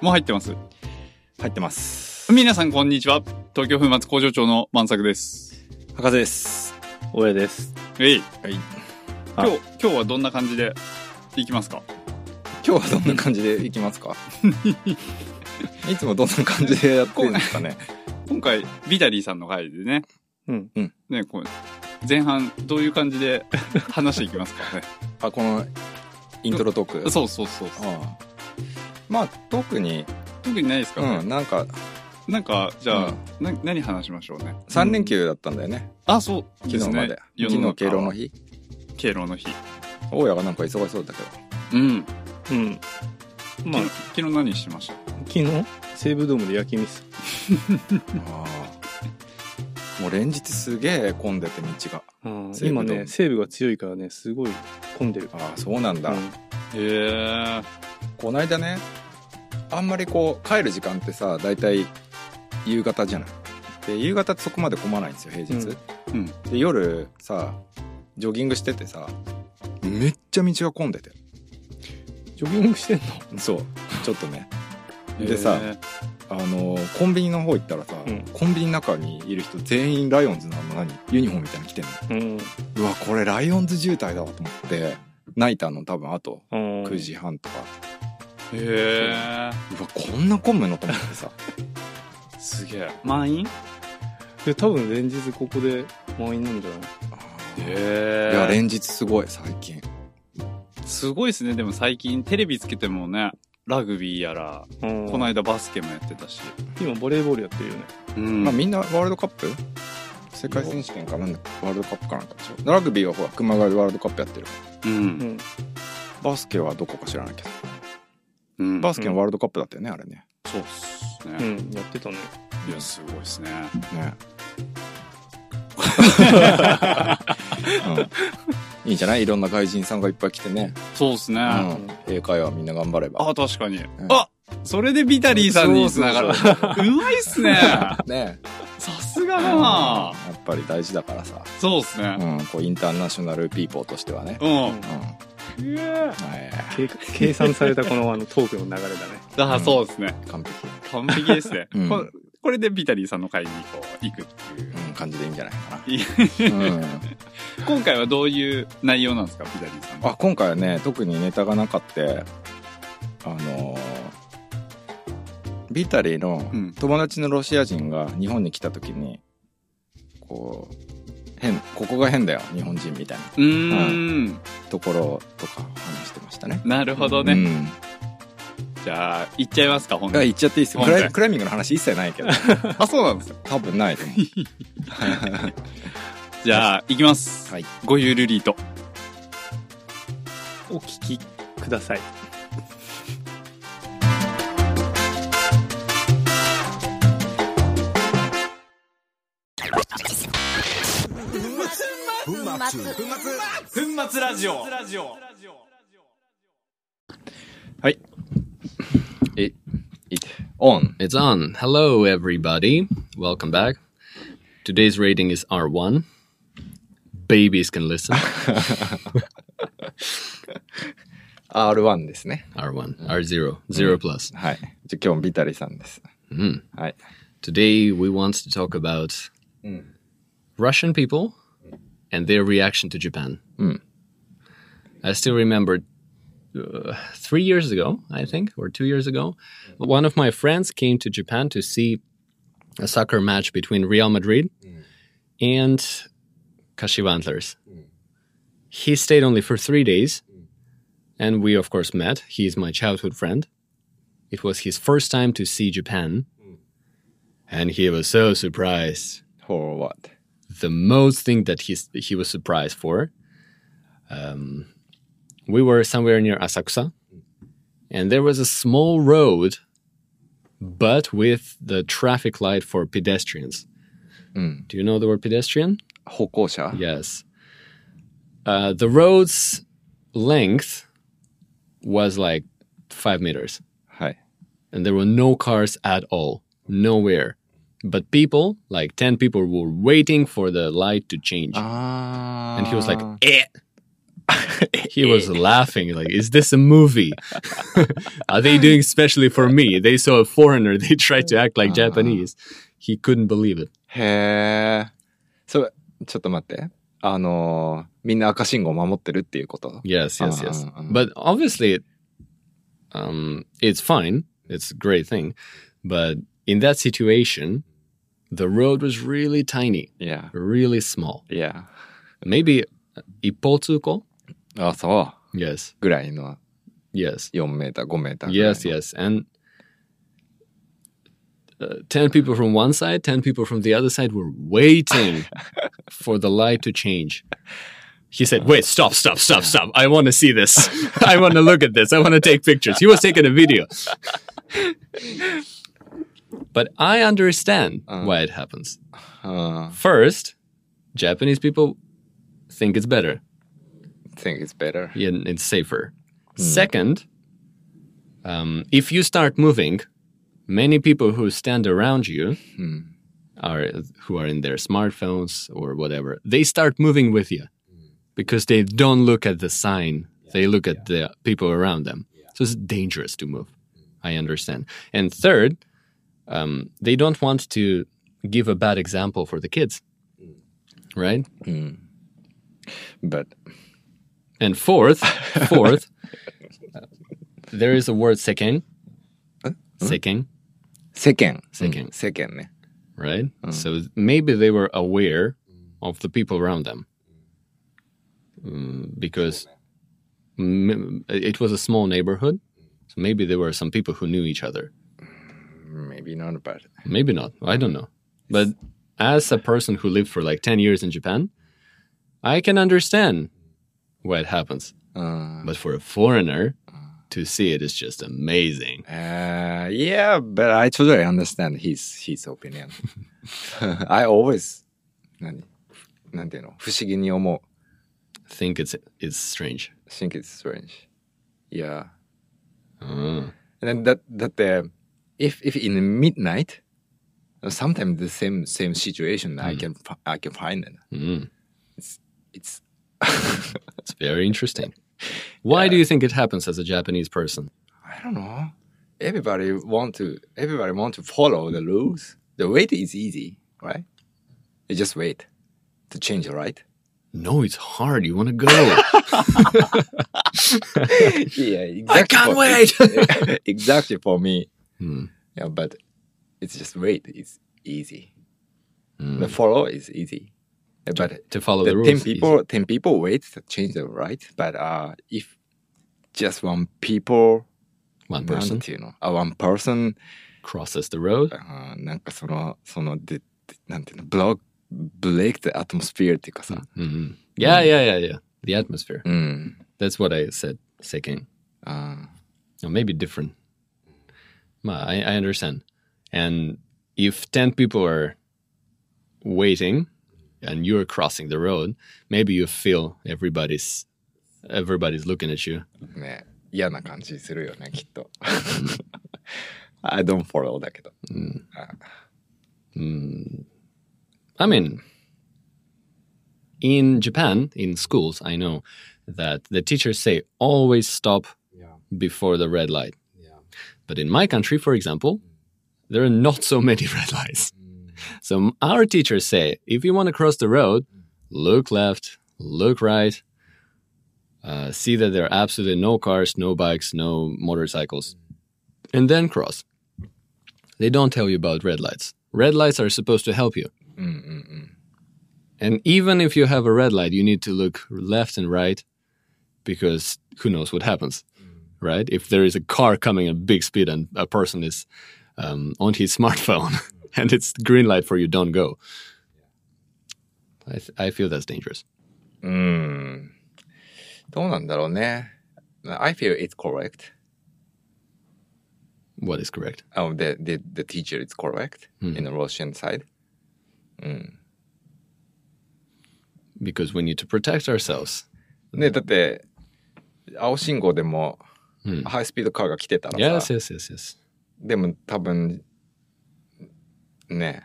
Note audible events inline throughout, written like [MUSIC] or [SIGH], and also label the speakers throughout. Speaker 1: も入ってます。
Speaker 2: 入ってます。
Speaker 1: 皆さんこんにちは。東京粉末工場長の万作です。
Speaker 2: 博士です。
Speaker 3: 大江です。
Speaker 1: えい。
Speaker 2: はい。
Speaker 1: 今
Speaker 3: あ
Speaker 1: 日、今日はどんな感じでいきますか
Speaker 2: 今日はどんな感じでいきます [LAUGHS] かいつもどんな感じでやってるんですかね
Speaker 1: 今回、ビタリーさんの回でね、
Speaker 3: うん。
Speaker 1: ね、こう、前半どういう感じで話していきますかね。
Speaker 2: あ、このイントロトー
Speaker 1: [LAUGHS]
Speaker 2: ク。
Speaker 1: そうそうそう。
Speaker 2: ああまあ、特に、
Speaker 1: 特にないですか
Speaker 2: う
Speaker 1: ね。
Speaker 2: ん、なんか、
Speaker 1: なんか、じゃあ、
Speaker 2: う
Speaker 1: な、何話しましょうね。
Speaker 2: 3連休だったんだよね。
Speaker 1: あ、そうで
Speaker 2: 昨
Speaker 1: す
Speaker 2: 日まで
Speaker 1: ね。。
Speaker 2: 昨日敬老の
Speaker 1: 日。
Speaker 2: 日。
Speaker 1: 敬老の日。
Speaker 2: 大家がなんか忙しそうだけど。
Speaker 1: うん。
Speaker 3: うん。ま
Speaker 1: 昨
Speaker 3: あ、
Speaker 1: 日昨日何してました
Speaker 3: 昨日、西武ドームで焼き飯。
Speaker 2: ああもう連日すげえ混んでて道が。
Speaker 3: うん
Speaker 2: 西武ドー
Speaker 3: 今
Speaker 2: ム
Speaker 3: ね、西武が強いからね、すごい混んでる。
Speaker 2: ああ、そうなんだ。
Speaker 3: うん
Speaker 1: へえ。
Speaker 2: こないだねあんまりこう帰る時間ってさ大体夕方じゃないで夕方ってそこまで混まないんですよ平日、
Speaker 1: うんうん
Speaker 2: で夜さジョギングしててさめっちゃ道が混んでて
Speaker 3: ジョギングしてんの
Speaker 2: そうちょっとねでさ
Speaker 1: へ
Speaker 2: あのーコンビニの方行ったらさ、
Speaker 3: うん
Speaker 2: コンビニの中にいる人全員ライオンズのあの何ユニフォームみたいに着てんの
Speaker 3: うん。
Speaker 2: うわこれライオンズ渋滞だわと思って泣いたの多分あと9
Speaker 3: 9
Speaker 2: 時。半とか、
Speaker 1: え。へ
Speaker 2: うわこんな混むのと思ってさ
Speaker 1: え。すげえ。満員
Speaker 3: で、多分連日ここで満員なんじゃない
Speaker 2: あ
Speaker 1: へえ。
Speaker 2: ーいや連日すごい最近
Speaker 1: すごいですね。でも最近テレビつけてもね、ラグビーやら、
Speaker 3: うん
Speaker 1: この間バスケもやってたし。
Speaker 3: 今バレーボールやってるよね。
Speaker 1: うん
Speaker 2: まあみんなワールドカップ世界選手権かなんだワールドカップかなんかでしょラグビーはほら熊谷でワールドカップやってる
Speaker 1: うん。
Speaker 2: バスケはどこか知らないけど
Speaker 1: うん。
Speaker 2: バスケのワールドカップだったよねあれね
Speaker 1: そうっす
Speaker 3: う
Speaker 1: ね。
Speaker 3: ん。うん、やってたね。
Speaker 1: いや、すごいっすね。
Speaker 2: ねうんいいんじゃないいろんな外人さんがいっぱい来てね、
Speaker 1: そうっすね。
Speaker 2: う
Speaker 1: あ、
Speaker 2: ん、英会話みんな頑張れば
Speaker 1: 確かに
Speaker 2: ん。
Speaker 1: あそれでビタリーさんに繋がる。
Speaker 2: そう
Speaker 1: うまいっす [LAUGHS] ね。
Speaker 2: ね
Speaker 1: さすが
Speaker 2: う
Speaker 1: だ
Speaker 2: ん
Speaker 1: な
Speaker 2: やっぱり大事だからさ、
Speaker 1: そうっす
Speaker 2: う
Speaker 1: ね。
Speaker 2: ん、こうインターナショナルピーポーとしてはね、
Speaker 1: うん。
Speaker 3: うん
Speaker 2: うんは
Speaker 1: うえ
Speaker 2: い、
Speaker 3: 計計算されたこのあのトークの流れだね。 [LAUGHS]
Speaker 1: だ
Speaker 2: うん
Speaker 1: そうですね。
Speaker 2: 完璧、
Speaker 1: 完璧ですね。
Speaker 2: うん
Speaker 1: ここれでビタリーさんの会にこう行くっていう。
Speaker 2: うん、感じでいいんじゃないか
Speaker 1: いい
Speaker 2: な、うん
Speaker 1: 今回はどういう内容なんですか、ビタリーさんは。
Speaker 2: あ今回はね特にネタがなかってあのービタリーの
Speaker 1: うん
Speaker 2: 友達のロシア人が日本に来た時にこう変ここが変だよ日本人みたいな
Speaker 1: うーん。
Speaker 2: ところとか話してましたね。
Speaker 1: なるほど
Speaker 2: う
Speaker 1: ね。
Speaker 2: ん、
Speaker 1: じゃあ、行っちゃいますか、本
Speaker 2: あ
Speaker 1: 題。
Speaker 2: 言っちゃっていいっすよ
Speaker 1: 本
Speaker 2: ク
Speaker 1: 当
Speaker 2: ライクライミングの話一切ないけど
Speaker 1: あ、そうなんですよ。
Speaker 2: 多分ないと思う
Speaker 1: じゃあ、行きます。
Speaker 2: はい
Speaker 1: ごゆるりと。
Speaker 3: お聞きください。
Speaker 1: 粉末ラジオ。
Speaker 2: オン
Speaker 4: It's on. Hello, everybody. Welcome back. Today's rating is R1. Babies can listen.
Speaker 2: R1 ですね
Speaker 4: R1, R0, 0 plus.
Speaker 2: はいじゃあ今日もビタリーさんです、
Speaker 4: Mhm.
Speaker 2: はい、
Speaker 4: Today, we want to talk about Russian people and their reaction to Japan.
Speaker 2: Mm.
Speaker 4: I still remember uh, three years ago, I think, or two years ago, one of my friends came to Japan to see a soccer match between Real Madrid and Kashiwa Antlers. He stayed only for three days, and we, of course, met. He is my childhood friend. It was his first time to see Japan, and he was so surprised
Speaker 2: For what?
Speaker 4: the most thing that he's, he was surprised for. Um, we were somewhere near Asakusa, and there was a small road, but with the traffic light for pedestrians.
Speaker 2: Mm.
Speaker 4: Do you know the word pedestrian?
Speaker 2: 歩行者
Speaker 4: Yes. Uh, the road's length was like five meters,
Speaker 2: はい
Speaker 4: and there were no cars at all, nowhere. But people, like 10 people, were waiting for the light to change.
Speaker 2: ああ
Speaker 4: and he was like, eh. [LAUGHS] He
Speaker 2: [LAUGHS]
Speaker 4: was laughing like, "Is this a movie? [LAUGHS] Are they doing specially for me?" They saw a foreigner. [LAUGHS] They tried to act like
Speaker 2: Ah.
Speaker 4: Japanese. He couldn't believe it.
Speaker 2: へえ。それ、ちょっと待って。あのーみんな赤信号を守ってるっていうこと
Speaker 4: Yes, yes, yes.
Speaker 2: Ah, ah, ah.
Speaker 4: But obviously, um, it's fine. It's a great thing. But in that situation, the road was really tiny,
Speaker 2: いや、
Speaker 4: really small.
Speaker 2: いや。
Speaker 4: Maybe ipotsuko.
Speaker 2: あ、そう。
Speaker 4: Yes,
Speaker 2: ぐらいの
Speaker 4: yes,
Speaker 2: 4メーター、5メーターぐらいの。
Speaker 4: yes, yes. And uh, ten people from one side, ten people from the other side were waiting for the light to change. He said, "Wait, stop, stop, stop, stop! I want to see this. I want to look at this. I want to take pictures." He was taking a video. but I understand
Speaker 2: Uh.
Speaker 4: why it happens.
Speaker 2: うん。
Speaker 4: First, Japanese people think it's better.
Speaker 2: think it's better.
Speaker 4: Yeah, and it's safer. Second, um, if you start moving, many people who stand around you are who are in their smartphones or whatever, they start moving with you because they don't look at the sign; they look at the people around them. So it's dangerous to move. I understand. And third, um, they don't want to give a bad example for the kids, right?
Speaker 2: But,
Speaker 4: And fourth, fourth, there is a word second, second,
Speaker 2: 世間。
Speaker 4: 世間
Speaker 2: うん世間ね。
Speaker 4: right? So maybe they were aware of the people around them Mm, because m- it was a small neighborhood. So maybe there were some people who knew each other.
Speaker 2: Maybe not about it.
Speaker 4: Maybe not. I don't know. But as a person who lived for like 10 years in Japan, I can understand why it happens.
Speaker 2: うん。
Speaker 4: But for a foreigner to see it is just amazing.
Speaker 2: Uh, yeah, but I totally understand his, his opinion. [LAUGHS] I always, 何なんていうの不思議に思う。
Speaker 4: I think it's it's strange.
Speaker 2: think it's strange. Yeah.
Speaker 4: Uh,
Speaker 2: And then that that the if if in the midnight, sometimes the same same situation I can fi- I can find it.
Speaker 4: mm,
Speaker 2: It's
Speaker 4: it's very interesting. Why do you think it happens as a Japanese person?
Speaker 2: I don't know. Everybody want to everybody want to follow the rules. The wait is easy, right? You just wait to change, right?
Speaker 4: No, it's hard. You want to go.
Speaker 2: yeah, exactly.
Speaker 4: can't
Speaker 2: for-
Speaker 4: wait!
Speaker 2: [LAUGHS] exactly for me.
Speaker 4: Mm.
Speaker 2: Yeah, but it's just wait. It's easy. The follow is easy, but
Speaker 4: to Hmm. follow
Speaker 2: the,
Speaker 4: the, rules.
Speaker 2: ten
Speaker 4: is
Speaker 2: people ten people wait to change the right but uh if just one people
Speaker 4: One
Speaker 2: なん
Speaker 4: person
Speaker 2: ていうのあ uh, one person
Speaker 4: crosses the road.
Speaker 2: あーなんかそのそのででなんていうのブロックブレイク the atmosphere っていうかさ Hmm.
Speaker 4: hmm Yeah, yeah, yeah, yeah. The atmosphere.
Speaker 2: うん、
Speaker 4: That's what I said. Second,
Speaker 2: あ
Speaker 4: or maybe different. Ma, I, I understand. And if ten people are waiting, and you're crossing the road, maybe you feel everybody's everybody's looking at you.
Speaker 2: ーね嫌な感じするよねきっと
Speaker 4: Hmm.
Speaker 2: [LAUGHS] I don't follow だけど
Speaker 4: I mean, in Japan, in schools, I know that the teachers say always stop before the red light. But in my country, for example, there are not so many [LAUGHS] red lights. So our teachers say if you want to cross the road, look left, look right, uh, see that there are absolutely no cars, no bikes, no motorcycles, and then cross. They don't tell you about red lights. Red lights are supposed to help you. And even if you have a red light, you need to look left and right because who knows what happens, right? If there is a car coming at big speed and a person is um, on his [LAUGHS] smartphone and it's green light for you, don't go. I, th- I feel that's dangerous.
Speaker 2: うんどうなんだろうね I feel it's correct
Speaker 4: What is correct?
Speaker 2: Oh, the the, the teacher is correct in the Russian side.
Speaker 4: Because we need to protect ourselves.
Speaker 2: ね、だって青信号でも、ハイスピードカーが来てたらさ、
Speaker 4: Yes, yes, yes, yes.
Speaker 2: でも多分ね、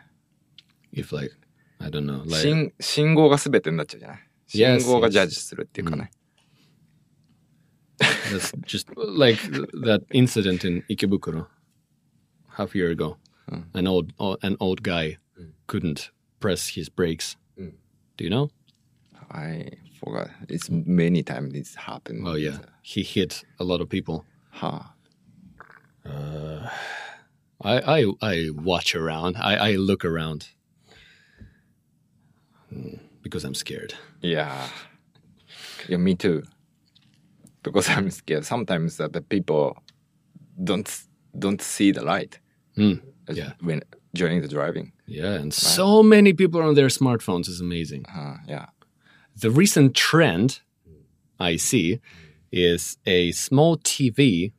Speaker 4: If like, I don't know, like,
Speaker 2: 信信号が全てになっちゃうじゃない。
Speaker 4: Yes,
Speaker 2: 信号がジャッジするっていうかね。
Speaker 4: That's just like that incident in Ikebukuro half a year ago. An old o- an old guy couldn't press his brakes. Do you know?
Speaker 2: I forgot. It's many times this happened.
Speaker 4: Oh yeah, he hit a lot of people.
Speaker 2: Ha.
Speaker 4: I I, I watch around. I, I look around Mm, because I'm scared.
Speaker 2: Yeah. Yeah, me too. Because I'm scared. Sometimes that the people don't don't see the light
Speaker 4: Mm,
Speaker 2: as-
Speaker 4: Yeah.
Speaker 2: when during the driving.
Speaker 4: Yeah, and so many people are on their smartphones is amazing.
Speaker 2: Uh, yeah.
Speaker 4: the recent trend I see is a small TV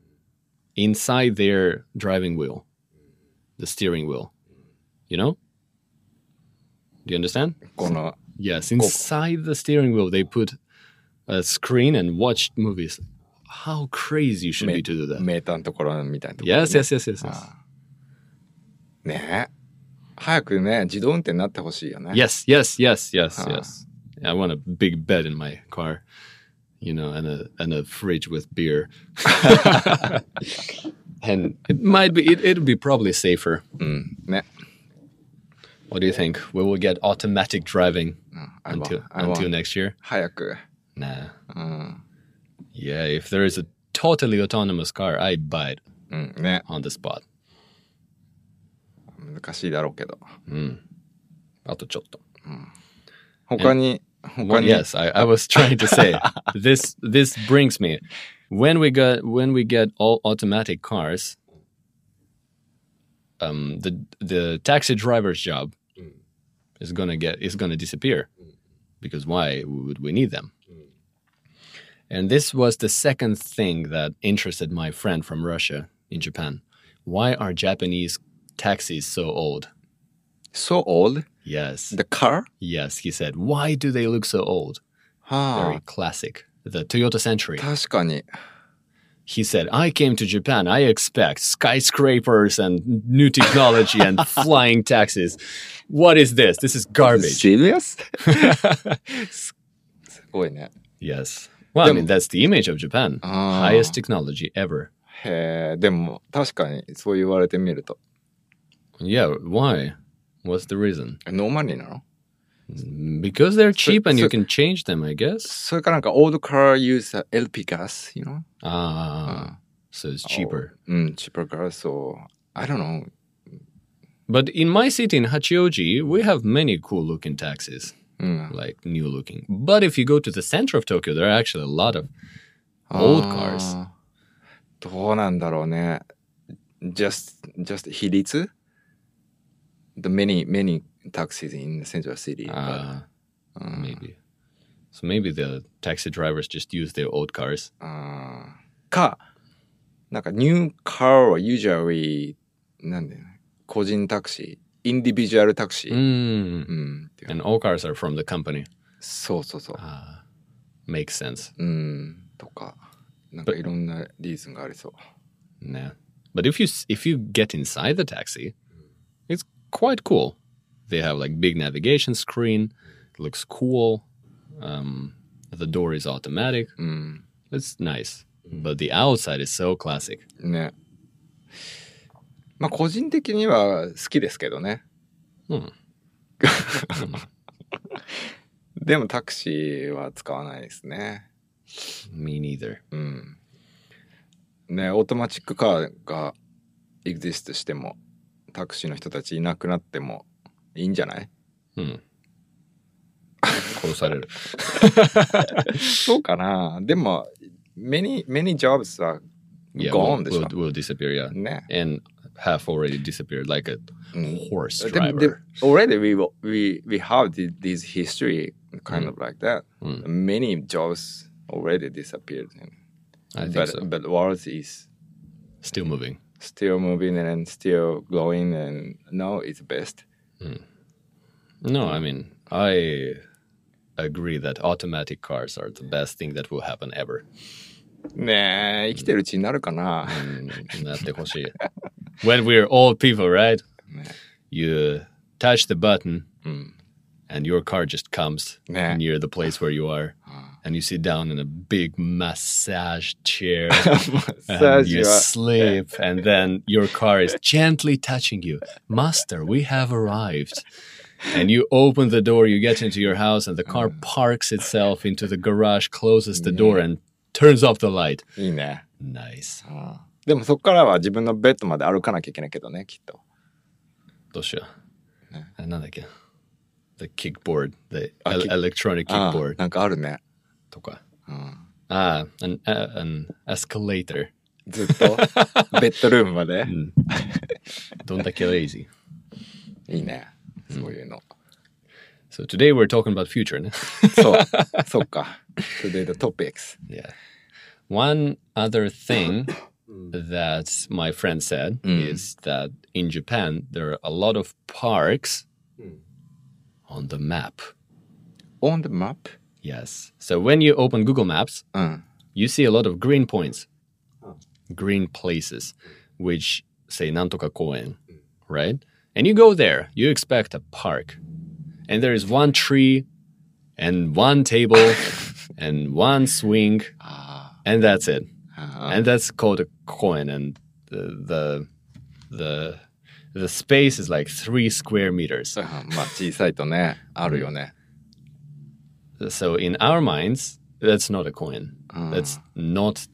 Speaker 4: inside their driving wheel, the steering wheel. You know? Do you understand?
Speaker 2: この
Speaker 4: Yes, inside the steering wheel, they put a screen and watch movies. How crazy you should
Speaker 2: メ
Speaker 4: be to do that.
Speaker 2: ーターのところみたいなところ、ね。
Speaker 4: Yes, yes, yes, yes, yes.
Speaker 2: ねえ。早くね、自動運転になってほしいよね。
Speaker 4: [LAUGHS] Yes, yes, yes, yes,
Speaker 2: Ah.
Speaker 4: yes. I want a big bed in my car, you know, and a and a fridge with
Speaker 2: [LAUGHS]
Speaker 4: beer. and it might be it, it'll be probably safer.
Speaker 2: ね。
Speaker 4: What do you think? We will get automatic driving
Speaker 2: Uh, I
Speaker 4: until
Speaker 2: want- I Mm.
Speaker 4: until
Speaker 2: want.
Speaker 4: next year?
Speaker 2: 早く。
Speaker 4: Nah. Yeah, if there is a totally autonomous car, I'd buy it
Speaker 2: うん、ね。
Speaker 4: on the spot.
Speaker 2: 難しいだろうけど。
Speaker 4: あとちょっと。
Speaker 2: 他に、他
Speaker 4: Well,
Speaker 2: に。
Speaker 4: yes, I, I was trying to say this. This brings me when we got when we get all automatic cars. Um, the the taxi driver's job is gonna get is gonna disappear because why would we need them? And this was the second thing that interested my friend from Russia in Japan. Why are Japanese taxis so old?
Speaker 2: So old?
Speaker 4: Yes,
Speaker 2: The car?
Speaker 4: yes, he said. Why do they look so old?
Speaker 2: は
Speaker 4: very classic. The Toyota Century.
Speaker 2: あ。確かに。
Speaker 4: He said, I came to Japan. I expect skyscrapers and new technology and flying taxis. What is this? This
Speaker 2: [LAUGHS]
Speaker 4: is garbage. [LAUGHS]
Speaker 2: Serious? すごいね。
Speaker 4: Yes. Well, I mean, that's the image of Japan.
Speaker 2: Ah.
Speaker 4: Highest technology ever.
Speaker 2: へえ、でも確かにそう言われてみると。
Speaker 4: Yeah. Why? What's the reason?
Speaker 2: ノーマリーなの
Speaker 4: Because they're cheap and you
Speaker 2: so-
Speaker 4: can change them, I guess.
Speaker 2: それかなんか、オールカー use a LP gas, you know?
Speaker 4: Ah, so it's cheaper.
Speaker 2: うん、cheaper gas, so I don't know.
Speaker 4: But in my city, in Hachioji, we have many cool looking taxis.
Speaker 2: うん。
Speaker 4: like new looking. But if you go to the center of Tokyo, there are actually a lot of old
Speaker 2: Ah,
Speaker 4: cars.
Speaker 2: あー。どうなんだろうね。just, just 比率 ?the many, many taxis in the central city.
Speaker 4: Uh, maybe. So maybe the taxi drivers just use their old cars.
Speaker 2: か、なんか new car は usually なんだよね。個人タクシー、インディビジュアルタクシー。
Speaker 4: Mm.
Speaker 2: うん。っていう
Speaker 4: And all cars are from the company.
Speaker 2: そうそうそう。
Speaker 4: Makes sense.
Speaker 2: うん。とか、なんかいろんなリーズンがありそう。
Speaker 4: Nah. But if you s- if you get inside the taxi, it's quite cool. They have like big navigation screen. It looks cool. Um, the door is automatic.
Speaker 2: うん。
Speaker 4: It's nice. But the outside is so classic.
Speaker 2: ね。まあ個人的には好きですけどね。
Speaker 4: Hmm.
Speaker 2: でもタクシーは使わないですね。
Speaker 4: Me neither.
Speaker 2: うん。ね、オートマチックカーがエグジストしても、タクシーの人たちいなくなってもいいんじゃない
Speaker 4: [LAUGHS] うん。殺される。
Speaker 2: そうかなでも、many, many jobs は gone
Speaker 4: will
Speaker 2: でしょ
Speaker 4: will,。will disappear, yeah.
Speaker 2: ね。
Speaker 4: And have already disappeared like a
Speaker 2: うん。
Speaker 4: horse
Speaker 2: でもで
Speaker 4: driver.
Speaker 2: already we, we, we have thi- this history kind of like that. Many jobs already disappeared.
Speaker 4: I think
Speaker 2: But,
Speaker 4: so.
Speaker 2: but world is
Speaker 4: Still moving.
Speaker 2: still moving and still growing and now it's best.
Speaker 4: No, I mean, I agree that automatic cars are the best thing that will happen ever.
Speaker 2: ねえ、生きてるうちになるかな
Speaker 4: なってほしい。when we're old people, right? You touch the button and your car just comes
Speaker 2: Yeah.
Speaker 4: near the place where you are. and you sit down in a big massage chair and
Speaker 2: [LAUGHS]
Speaker 4: [LAUGHS]
Speaker 2: Massage
Speaker 4: you
Speaker 2: you up.
Speaker 4: sleep and then your car is gently touching you master we have arrived and you open the door you get into your house and the car parks itself into the garage closes the door and turns off the light
Speaker 2: いいね。
Speaker 4: nice
Speaker 2: うんでもそこからは自分のベッドまで歩かなきゃいけないけどね、きっと。
Speaker 4: どうしよう。なんだっけ The kickboard, the
Speaker 2: あ、
Speaker 4: el-
Speaker 2: キック。
Speaker 4: electronic
Speaker 2: ああ
Speaker 4: kickboard
Speaker 2: なんかあるね。
Speaker 4: とか。
Speaker 2: うん、
Speaker 4: Ah, an uh, an escalator.
Speaker 2: ずっ
Speaker 4: [LAUGHS]
Speaker 2: とベッドルームまで。
Speaker 4: Don't get lazy.
Speaker 2: いいね。そういうの。
Speaker 4: So today we're talking about future. no?
Speaker 2: そう。そっか。Today the topics.
Speaker 4: yeah. One other thing that my friend said is that in Japan there are a lot of parks on the map.
Speaker 2: On the map?
Speaker 4: Yes. So when you open Google Maps,
Speaker 2: うん。
Speaker 4: you see a lot of green points, green places, which say Nantoka Koen, right? And you go there, you expect a park, and there is one tree, and one table, and one swing, and that's it. And that's called a coin, and the the the the space is like three square meters.
Speaker 2: あ [LAUGHS] まあ小さいとね、あるよね。
Speaker 4: So in our minds, that's not a coin. That's not.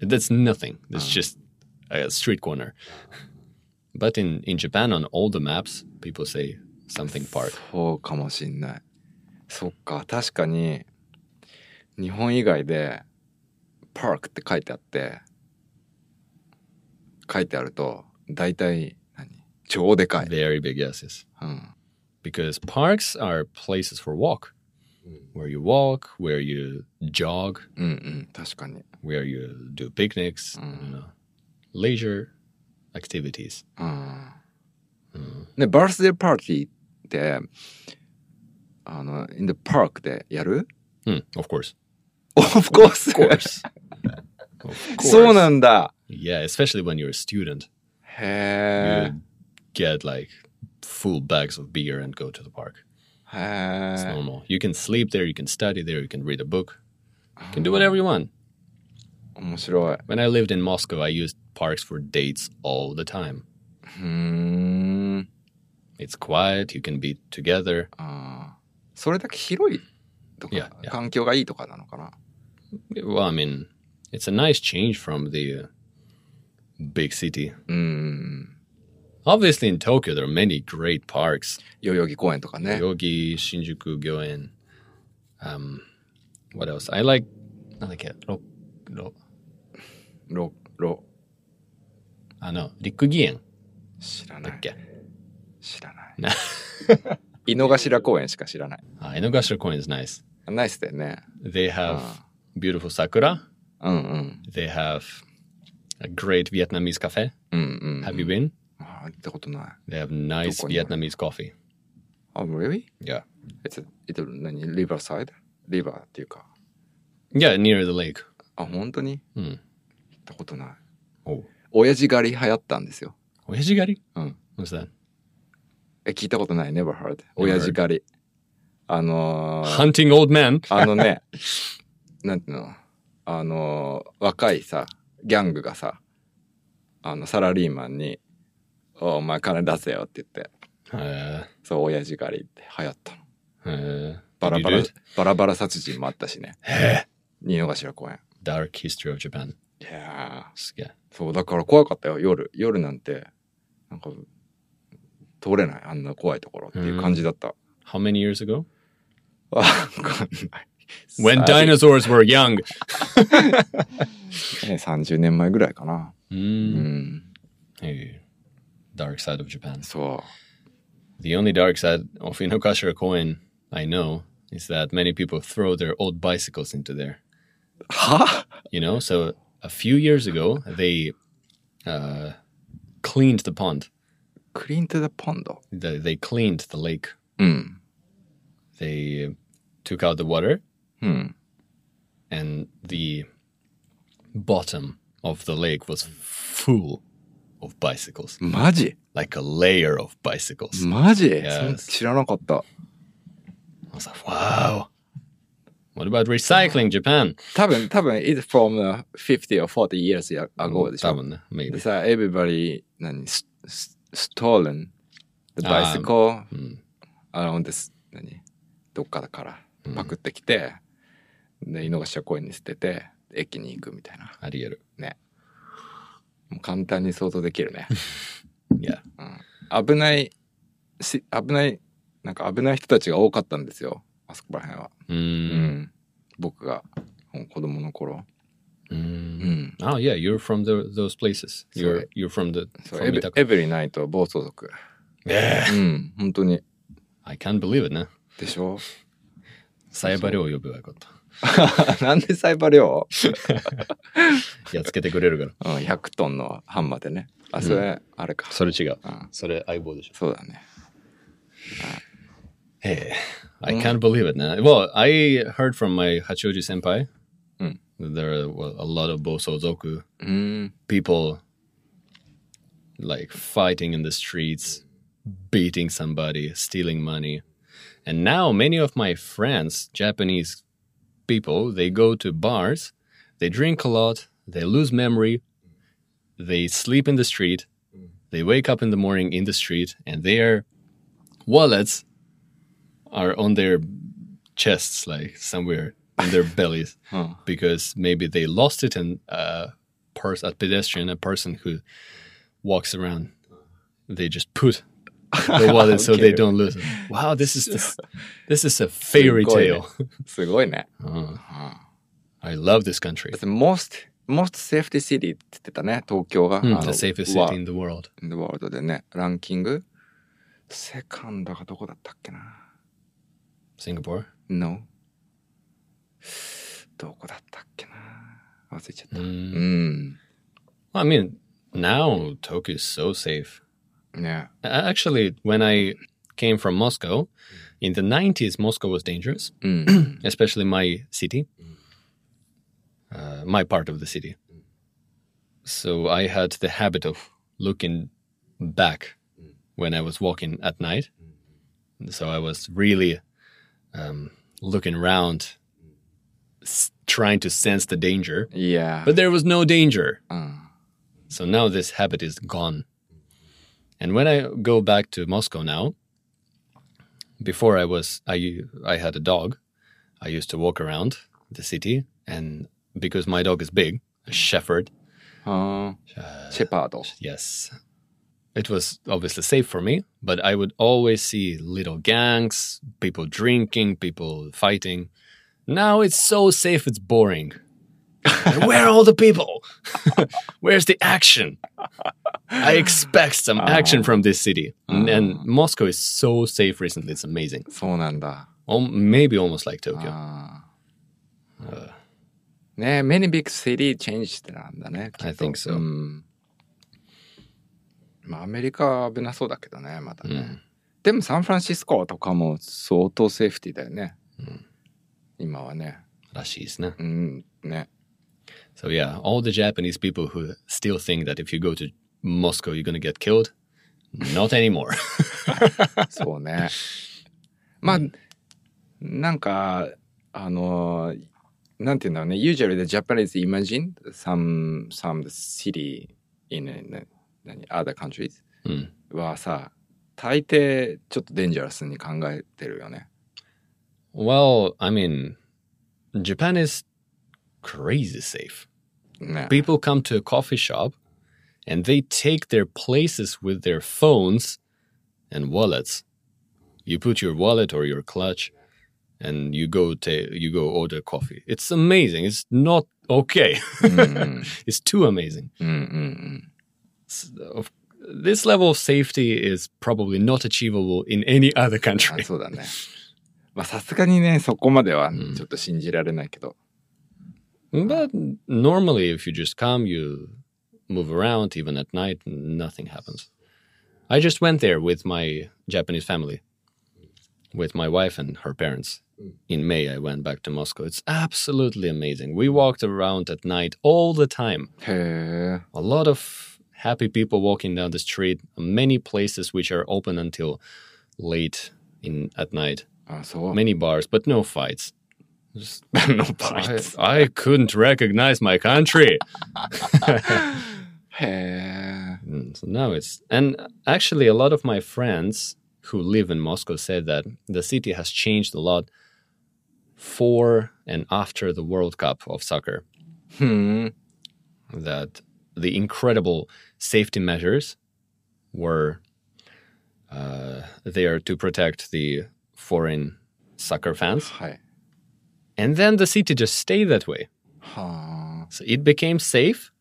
Speaker 4: That's nothing. That's just a street corner. But in in Japan, on all the maps, people say something park.
Speaker 2: そうかもしんない。そっか。確かに、日本以外で、パークって書いてあって、書いてあると、大体、何超でかい。
Speaker 4: Very big yes, yes.
Speaker 2: うん。
Speaker 4: Because parks are places for walk, where you walk, where you jog,
Speaker 2: うんうん。確かに。
Speaker 4: where you do picnics, you know, leisure activities.
Speaker 2: うんね、バースデーパーティーって、あの、in the park でや [LAUGHS] る
Speaker 4: Hmm, of course,
Speaker 2: ?Of course!
Speaker 4: of course. [LAUGHS] of
Speaker 2: [LAUGHS]
Speaker 4: course.
Speaker 2: そうなんだ
Speaker 4: Yeah, especially when you're a student.
Speaker 2: へ
Speaker 4: you get like full bags of beer and go to the park.
Speaker 2: え。へ
Speaker 4: It's
Speaker 2: え。
Speaker 4: normal. You can sleep there, you can study there, you can read a book, you can do whatever you want.
Speaker 2: 面白い。
Speaker 4: When I lived in Moscow, I used parks for dates all the time.
Speaker 2: うーん。
Speaker 4: It's quiet, you can be together.
Speaker 2: あーそれだけ広いとか、
Speaker 4: いやいや
Speaker 2: 環境がいいとかなのかな
Speaker 4: Well, I mean, it's a nice change from the uh, big city.
Speaker 2: うーん。
Speaker 4: Obviously, in Tokyo, there are many great parks
Speaker 2: 代々木公園とかね。
Speaker 4: Yogi, Shinjuku, Gyoen. Um, what else? I like, I like it. Oh, Ro- ro-
Speaker 2: ろ、ろ、
Speaker 4: I know, Rikugien.
Speaker 2: 知らな
Speaker 4: Like,
Speaker 2: い。
Speaker 4: yeah.
Speaker 2: 知らない。
Speaker 4: な
Speaker 2: [LAUGHS] 井の頭公園しか知らない。
Speaker 4: Ah, Inogashira Coin is nice.
Speaker 2: ナイスだよね。
Speaker 4: They have beautiful sakura.
Speaker 2: うんうん。
Speaker 4: They have a great Vietnamese cafe.
Speaker 2: うんうん。
Speaker 4: Have you been?
Speaker 2: あー行ったことない。
Speaker 4: They have nice
Speaker 2: Dokoni.
Speaker 4: Vietnamese coffee.
Speaker 2: あ、really?
Speaker 4: Yeah.
Speaker 2: It's a, it, 何リバーサイドリバーっていうか。
Speaker 4: Yeah, near the lake.
Speaker 2: あ、本当に
Speaker 4: うん
Speaker 2: 行ったことない。
Speaker 4: Oh.
Speaker 2: 親父狩り流行ったんですよ。
Speaker 4: Oyajigari?
Speaker 2: うん。
Speaker 4: What's that?
Speaker 2: え、聞いたことない。never heard. 親父狩り。あのー
Speaker 4: Hunting old man.
Speaker 2: あのね、なんていうのあのー若いさ、ギャングがさ、あの、サラリーマンに、おお前金出せよって言って、
Speaker 4: Uh,
Speaker 2: そう、親父狩りって流行ったの。
Speaker 4: uh,
Speaker 2: バ
Speaker 4: did
Speaker 2: ラ
Speaker 4: you
Speaker 2: バ
Speaker 4: do
Speaker 2: ラ
Speaker 4: it?、
Speaker 2: バラバラ殺人もあったしね。二の頭公園。
Speaker 4: Dark history of Japan.
Speaker 2: いやー。
Speaker 4: Yeah.
Speaker 2: そう、だから怖かったよ、夜。夜なんて、なんか、通れない、あんな怖いところっていう感じだった。
Speaker 4: How many years ago?
Speaker 2: わかんない
Speaker 4: When
Speaker 2: さ
Speaker 4: dinosaurs were young.
Speaker 2: ね30年前ぐらいかな。う
Speaker 4: Mm.
Speaker 2: ん。
Speaker 4: Hey. Dark side of Japan.
Speaker 2: そ
Speaker 4: The only dark side of Inokashira Coin I know is that many people throw their old bicycles into there.
Speaker 2: う。は
Speaker 4: You know, so a few years ago they uh, cleaned the pond.
Speaker 2: クリント・ザ・ポンド。
Speaker 4: They, they cleaned the lake.
Speaker 2: うん。
Speaker 4: They took out the water,
Speaker 2: うん。
Speaker 4: and the bottom of the lake was full of bicycles,
Speaker 2: マジ
Speaker 4: like a layer of bicycles.
Speaker 2: マジ
Speaker 4: Yes.
Speaker 2: そん知らなかった。
Speaker 4: I was like, wow. What about recycling Japan?
Speaker 2: 多分、多分、it's from uh, 50 or 40 years ago でしょ。
Speaker 4: 多分ね。
Speaker 2: で
Speaker 4: Maybe.
Speaker 2: さ、everybody, 何、s- s- stolen the
Speaker 4: あー
Speaker 2: bicycle
Speaker 4: うん。
Speaker 2: around this, 何、どっかだからパクってきて、で、井の頭公園に捨てて、駅に行くみたいな。
Speaker 4: あり得る。
Speaker 2: もう簡単に想像できる
Speaker 4: [LAUGHS]
Speaker 2: ね。
Speaker 4: いや。
Speaker 2: 危ないし、危ない、なんか危ない人たちが多かったんですよ。あそこら辺は。
Speaker 4: う。
Speaker 2: うん僕がもう子供の頃。
Speaker 4: う。
Speaker 2: うんん。
Speaker 4: Oh yeah, you're from the, those places.
Speaker 2: そう
Speaker 4: You're you're from the
Speaker 2: そう、
Speaker 4: from
Speaker 2: エブ
Speaker 4: Ithaca.
Speaker 2: エブリナイト暴走族。うん、本当に。
Speaker 4: I can't believe it ね。
Speaker 2: でしょ
Speaker 4: サイバリを呼ぶわこと。
Speaker 2: [LAUGHS] なんでサイバー量
Speaker 4: やっつけてくれるから。
Speaker 2: うん、100トンのハンマーでね。あ、それ、あれか。
Speaker 4: それ違う
Speaker 2: うん。
Speaker 4: それ相棒でしょ。
Speaker 2: そうだね。
Speaker 4: ええ I can't believe it ね。Well, I heard from my 八王子先輩。
Speaker 2: うん。
Speaker 4: There were a lot of 暴走族。
Speaker 2: うん。
Speaker 4: people like fighting in the streets, beating somebody, stealing money. And now many of my friends, Japanese people, they go to bars, they drink a lot, they lose memory, they sleep in the street, they wake up in the morning in the street, and their wallets are on their chests, like somewhere
Speaker 2: [LAUGHS]
Speaker 4: in their bellies,
Speaker 2: Huh.
Speaker 4: because maybe they lost it and uh, pers- a pedestrian, a person who walks around, they just
Speaker 2: [LAUGHS]
Speaker 4: put the wallet so they don't lose it. Wow, this
Speaker 2: [LAUGHS]
Speaker 4: is this, this is a fairy
Speaker 2: Good.
Speaker 4: tale.
Speaker 2: すごいね。
Speaker 4: Uh, I love this country.
Speaker 2: It's the most, most safety city って言ってたね、東京が。
Speaker 4: Mm,
Speaker 2: あの
Speaker 4: the safest
Speaker 2: わ
Speaker 4: city in the world.
Speaker 2: in the world でね、ランキング。セカンドがどこだったっけな
Speaker 4: Singapore.
Speaker 2: ?No. どこだったっけな忘れちゃった。う
Speaker 4: Mm.
Speaker 2: ん。
Speaker 4: I mean, now Tokyo is so safe.
Speaker 2: ね。
Speaker 4: A- Uh, Actually, when I came from Moscow, in the 90s, Moscow was dangerous,
Speaker 2: うん。
Speaker 4: [CLEARS THROAT] especially my city, uh, my part of the city. So I had the habit of looking back when I was walking at night. So I was really um, looking around, s- trying to sense the danger.
Speaker 2: いや。
Speaker 4: But there was no danger.
Speaker 2: うん。
Speaker 4: So now this habit is gone. And when I go back to Moscow now, before I was I I had a dog. I used to walk around the city and because my dog is big, a shepherd,
Speaker 2: あーシェパード。
Speaker 4: yes. It was obviously safe for me, but I would always see little gangs, people drinking, people fighting. Now it's so safe it's boring. And where are all the people? [LAUGHS] Where's the action? I expect some action from this city. And- and Moscow is so safe recently, it's amazing.
Speaker 2: そうなんだ。
Speaker 4: Al- maybe almost like Tokyo.
Speaker 2: あーね many big city changed なんだね。きっと
Speaker 4: I think so.
Speaker 2: うんまあ、アメリカは危なそうだけどね、またね。
Speaker 4: うん
Speaker 2: でもサンフランシスコとかも相当セーフティーだよね。今はね。
Speaker 4: らしいですね。
Speaker 2: うん、ね。
Speaker 4: So yeah, all the Japanese people who still think that if you go to Moscow you're gonna get killed, not anymore. [LAUGHS]
Speaker 2: そうね。まあ、なんか、あのー、なんて言うんだろうね。Usually the Japanese imagine some, some city in, in, in other countries
Speaker 4: うん
Speaker 2: はさ、大抵ちょっとデンジャラスに考えてるよね。
Speaker 4: well, I mean, Japan is crazy safe.
Speaker 2: ね。
Speaker 4: People come to a coffee shop and they take their places with their phones and wallets. You put your wallet or your clutch and you go ta- you go order coffee. It's amazing. It's not okay. [LAUGHS]
Speaker 2: うんうん、
Speaker 4: it's too amazing.
Speaker 2: うんうん
Speaker 4: s- of this level of safety is probably not achievable in any other
Speaker 2: うん。あ
Speaker 4: country.
Speaker 2: [LAUGHS] そうだね。まあさすがにね、そこまでは
Speaker 4: ん
Speaker 2: ちょっと信じられないけど。
Speaker 4: But normally, if you just come, you move around, even at night, nothing happens. I just went there with my Japanese family, with my wife and her parents. In May, I went back to Moscow. It's absolutely amazing. We walked around at night all the time.
Speaker 2: へえ。
Speaker 4: a lot of happy people walking down the street many places which are open until late in at night
Speaker 2: あ、そう。
Speaker 4: many bars but no fights Just,
Speaker 2: no [LAUGHS]
Speaker 4: I,
Speaker 2: bites.
Speaker 4: I couldn't recognize my country.
Speaker 2: へえ。
Speaker 4: Mm, So now it's and actually a lot of my friends who live in Moscow said that the city has changed a lot for and after the World Cup of soccer.
Speaker 2: ふん。
Speaker 4: That the incredible safety measures were uh, there to protect the foreign soccer fans,
Speaker 2: はい。
Speaker 4: and then the city just stayed that way.
Speaker 2: はあ。
Speaker 4: So it became safe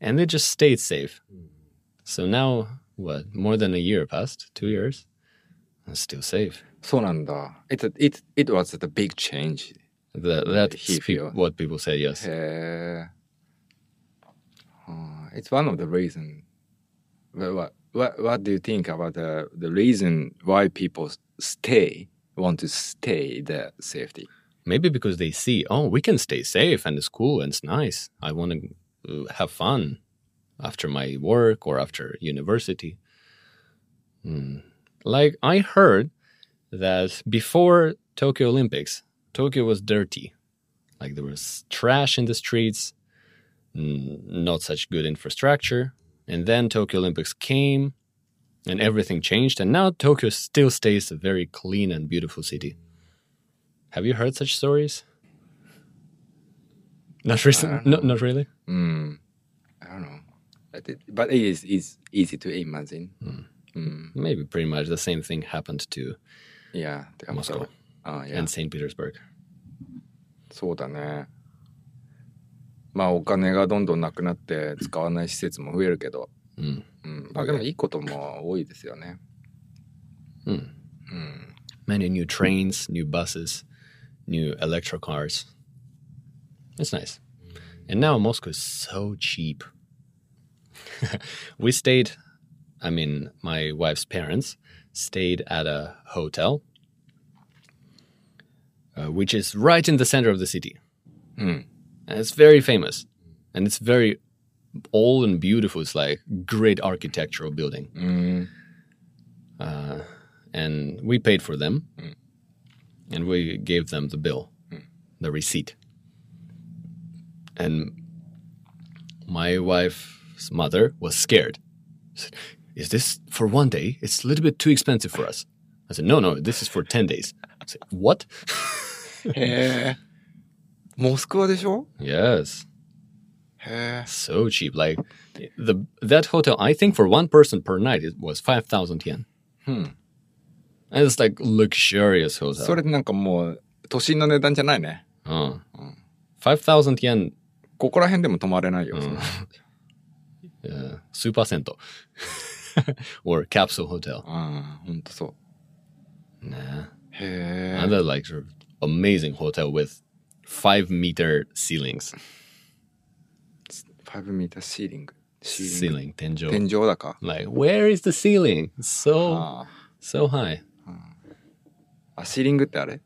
Speaker 4: and it just stayed safe. So now, what, more than a year passed, two years, it's still safe.
Speaker 2: そうなんだ。It, it, it was the big change.
Speaker 4: That, that's
Speaker 2: He
Speaker 4: pe-
Speaker 2: feel-
Speaker 4: what people say, yes.
Speaker 2: へえ。はあ It's one of the reason. What, what, what do you think about the, the reason why people stay, want to stay the safety?
Speaker 4: Maybe because they see, oh, we can stay safe and it's cool and it's nice. I want to uh, have fun after my work or after university. Hmm. Like, I heard that before Tokyo Olympics, Tokyo was dirty. Like, there was trash in the streets, n- not such good infrastructure. And then Tokyo Olympics came and everything changed. And now Tokyo still stays a very clean and beautiful city. Have you heard such stories? Not recently?
Speaker 2: don't
Speaker 4: No,
Speaker 2: know.
Speaker 4: not really.
Speaker 2: Mm, I don't know. But it, but it is it's easy to imagine. Mm,
Speaker 4: Maybe pretty much the same thing happened to
Speaker 2: yeah. the upper-
Speaker 4: Moscow.
Speaker 2: Ah, yeah.
Speaker 4: and St. Petersburg.
Speaker 2: そうだね。まあお金がどんどんなくなって使わない施設も増えるけど、
Speaker 4: Mm.
Speaker 2: うん、まあでもいいことも多いですよね。
Speaker 4: Mm.
Speaker 2: うん、
Speaker 4: Many new trains, new buses, new electric cars. It's nice. And now Moscow is so cheap. [LAUGHS] we stayed, I mean, my wife's parents stayed at a hotel, uh, which is right in the center of the city.
Speaker 2: Hmm.
Speaker 4: And it's very famous. And it's very old and beautiful. It's like great architectural building.
Speaker 2: うん、
Speaker 4: uh, and we paid for them,
Speaker 2: Mm.
Speaker 4: and we gave them the bill, the receipt. And my wife's mother was scared. Said, is this for one day? It's a little bit too expensive for us. I said, no, no, this is for ten days. I said, what?
Speaker 2: へえ。モスクワでしょ
Speaker 4: Yes,
Speaker 2: へえ。
Speaker 4: so cheap. Like the that hotel, I think for one person per night, it was five thousand yen.
Speaker 2: Hmm.
Speaker 4: And it's like luxurious hotel.
Speaker 2: それなんかもう都心の値段じゃないね。
Speaker 4: Uh, five thousand yen
Speaker 2: ここら辺でも泊まれないよ。
Speaker 4: Mm. uh, Supercento [LAUGHS] or capsule hotel.
Speaker 2: ああ、ほんとそう。
Speaker 4: Nah,
Speaker 2: へえ。
Speaker 4: another like sort of amazing hotel with five meter ceilings,
Speaker 2: 5メーターシーリング。シーリング
Speaker 4: ceiling tenjo.
Speaker 2: 天井だか。
Speaker 4: like where is the ceiling? It's so
Speaker 2: あ
Speaker 4: so high.
Speaker 2: ああ、シーリングってあれ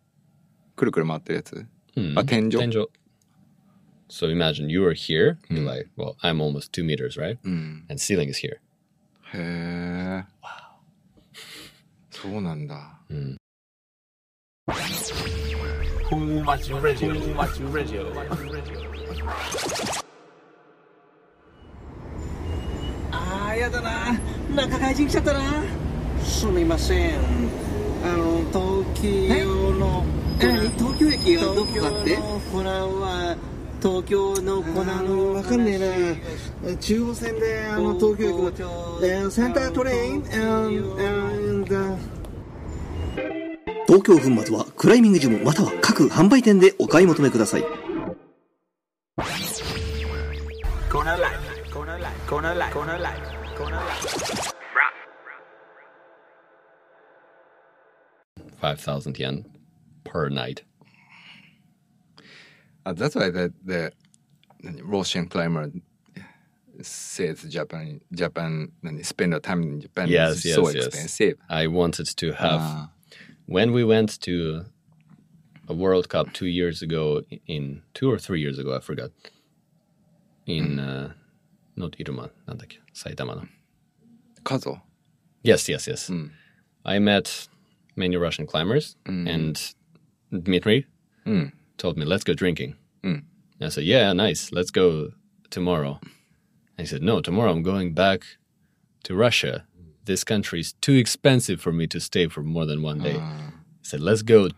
Speaker 2: くるくる回ってるやつ
Speaker 4: Hmm.
Speaker 2: あ、天井。
Speaker 4: Tenjo. So imagine you are here. You're like, well, I'm almost two meters, right?
Speaker 2: うん。
Speaker 4: And ceiling is here.
Speaker 2: へえ。そうなんだ。
Speaker 5: Too much radio. Too much radio.
Speaker 6: あーやだな中外人来ちゃったなすみませんあの東京のえ東京駅はどこだってコナンは東京のコナンわかんねえな中央線であの東京駅のえーセンタートレイン and- and, uh,
Speaker 7: 東京粉末はクライミングジムまたは各販売店でお買い求めください
Speaker 5: Corner life. Corner life. Corner life. Corner life. Corner life.
Speaker 4: Five thousand yen per night.
Speaker 2: あ、that's why the, the 何 Russian climber says Japan, Japan 何 spend the time in Japan
Speaker 4: Yes,
Speaker 2: is so
Speaker 4: yes, yes.
Speaker 2: expensive.
Speaker 4: I wanted to have
Speaker 2: あ
Speaker 4: when we went to a World Cup two years ago, in two or three years ago, I forgot. In uh, not Iruma, なんだっけ? Saitama. no.
Speaker 2: ー家族
Speaker 4: Yes, yes, yes. I met many Russian climbers and Dmitry. told me, let's go drinking.
Speaker 2: Mm.
Speaker 4: And I said, yeah, nice. Let's go tomorrow. And he said, no, tomorrow I'm going back to Russia. This country is too expensive for me to stay for more than one day. I said, let's go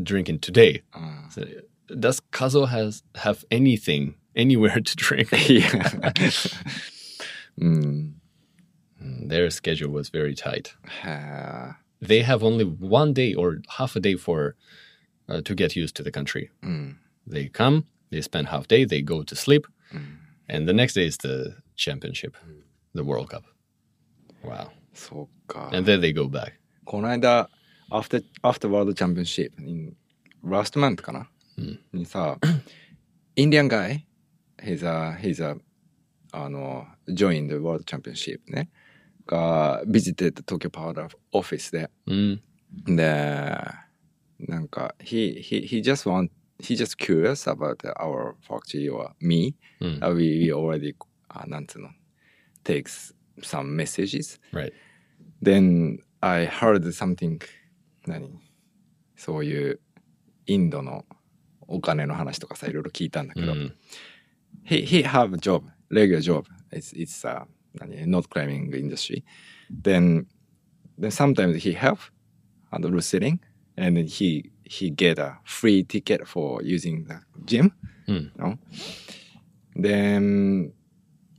Speaker 4: drinking today. I said, Does Kazo has have anything anywhere to drink?
Speaker 2: Yeah. mm.
Speaker 4: Their schedule was very tight.
Speaker 2: Ha.
Speaker 4: They have only one day or half a day for uh, to get used to the country.
Speaker 2: Mm.
Speaker 4: They come, they spend half day, they go to sleep,
Speaker 2: Mm.
Speaker 4: and the next day is the championship, the World Cup. Wow!
Speaker 2: そうか。
Speaker 4: And then they go back.
Speaker 2: この間、after, after World Championship in last month かな、にさ、Indian guy, he's a, he's a, あの、joined the World Championship ね、が visited the Tokyo Power Office で、
Speaker 4: Mm.
Speaker 2: で、なんか、he, he, he just want, he just curious about our factory or me,、
Speaker 4: うん
Speaker 2: Uh, we, we already, あなんつうの、takes some messages.
Speaker 4: Right.
Speaker 2: Then I heard something 何そういうインドのお金の話とかさいろいろ聞いたんだけど、
Speaker 4: Mm.
Speaker 2: he, he have a job regular job it's, it's a 何 not climbing industry then then sometimes he help and the selling and then he he get a free ticket for using the gym
Speaker 4: Mm.
Speaker 2: No? Then,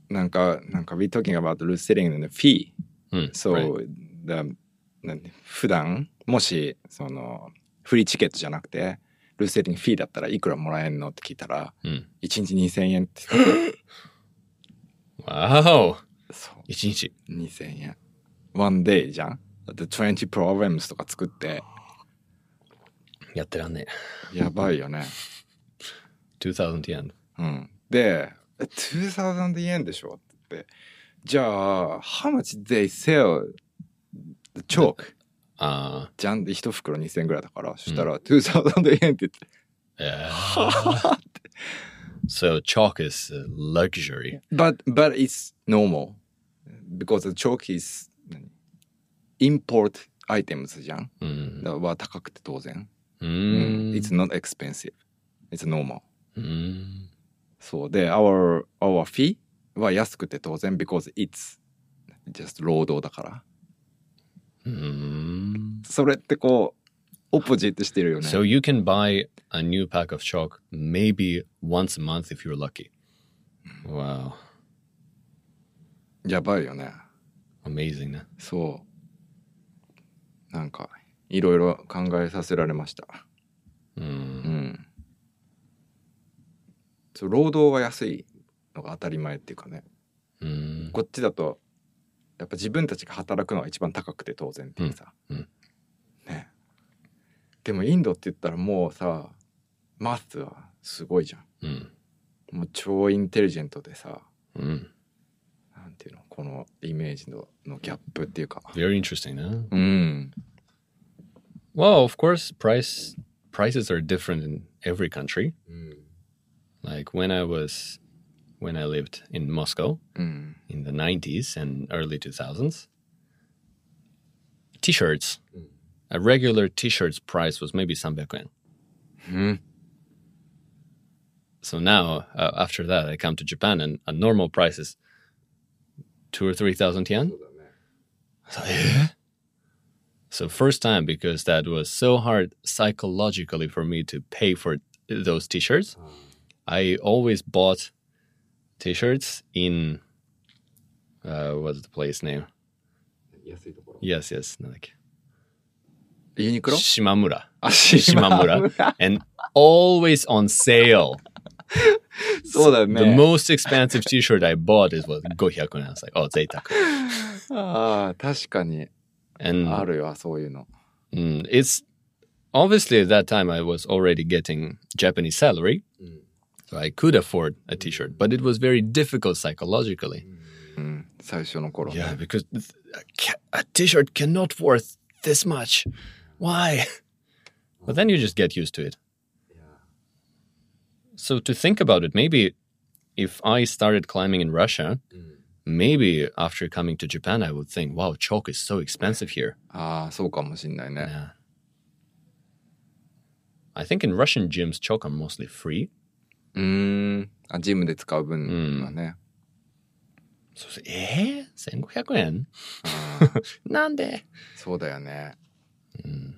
Speaker 2: なんか、なんか、we're talking about the selling and the fee.
Speaker 4: Mm.
Speaker 2: So,
Speaker 4: right.
Speaker 2: the, なんて普段、もし、その、フリーチケットじゃなくて、ルーセリングフィーだったらいくらもらえんのって聞いたら、
Speaker 4: うん
Speaker 2: 一1日2000円って。
Speaker 4: Wow!
Speaker 2: そう、
Speaker 4: 一日。
Speaker 2: 2000円。one day じゃんだって20 problems とか作って、
Speaker 4: やってらんねえ。
Speaker 2: やばいよね。 [LAUGHS]
Speaker 4: 2000 yen.
Speaker 2: うん。で、え2000円でしょって言って。じゃあ、how much they sell the chalk? [LAUGHS]
Speaker 4: あ
Speaker 2: じゃんで一袋2000円ぐらいだから、そしたら2000円って言って、
Speaker 4: あ。えー so chalk is uh, luxury.
Speaker 2: [LAUGHS] but, but it's normal because the chalk is 何 import items じゃん、
Speaker 4: Mm.
Speaker 2: だからは高くて当然、
Speaker 4: Mm.
Speaker 2: it's not expensive it's normal
Speaker 4: Mm.
Speaker 2: そうで our, our fee は安くて当然 because it's just 労働だから
Speaker 4: Mm.
Speaker 2: それってこうオポジットしてるよね
Speaker 4: So you can buy a new pack of chalk maybe once a month if you're lucky. Wow.
Speaker 2: やばいよね
Speaker 4: Amazing. ね
Speaker 2: そうなんかいろいろ考えさせられました
Speaker 4: Mm.
Speaker 2: うんそう労働は安いのが当たり前っていうかね
Speaker 4: Mm.
Speaker 2: こっちだとやっぱ自分たちが働くのが一番高くて当然っていうさ、
Speaker 4: うんうん
Speaker 2: ねでもインドって言ったらもうさマスはすごいじゃ
Speaker 4: Mm.
Speaker 2: んもう超インテリジェントでさ
Speaker 4: Mm.
Speaker 2: なんていうのこのイメージののギャップっていうか
Speaker 4: Very interesting. Huh?
Speaker 2: うん、
Speaker 4: Well, of course, price prices are different in every country. Like when I was when I lived in Moscow
Speaker 2: うん、
Speaker 4: in the 90s and early 2000s, t-shirts, a regular t-shirt's price was maybe 300 yen. So now, uh, after that, I come to Japan and a normal price is two or 3,000 yen. So, "Eh?" So first time, because that was so hard psychologically for me to pay for those t-shirts, I always bought t-shirts in uh, what's the place name? Yes, yes. Like
Speaker 2: ユニクロ
Speaker 4: Shimamura.
Speaker 2: あ
Speaker 4: [LAUGHS] Shimamura. and always on sale.
Speaker 2: そうだよ
Speaker 4: The
Speaker 2: ね
Speaker 4: most expensive t shirt I bought is what, 500 yen. I was like, oh, Zeitaku.
Speaker 2: ああ確かに
Speaker 4: And
Speaker 2: あるよそういうの
Speaker 4: mm, it's obviously at that time I was already getting Japanese salary. So I could afford a t shirt, but it was very difficult psychologically.
Speaker 2: うん最初の頃
Speaker 4: Yeah, because th- a ca- a t-shirt cannot worth this much. Why? [LAUGHS] But then you just get used to it. So to think about it, maybe if I started climbing in Russia, maybe after coming to Japan, I would think, "Wow, chalk is so expensive here."
Speaker 2: ああそうかもしんないね
Speaker 4: Yeah. I think in Russian gyms, choke are mostly free.
Speaker 2: うーん。あ、ジムで使う分はね。
Speaker 4: So, it's, eh? 1500 [LAUGHS] yen?
Speaker 2: うん
Speaker 4: なんで
Speaker 2: そうだよね。
Speaker 4: うん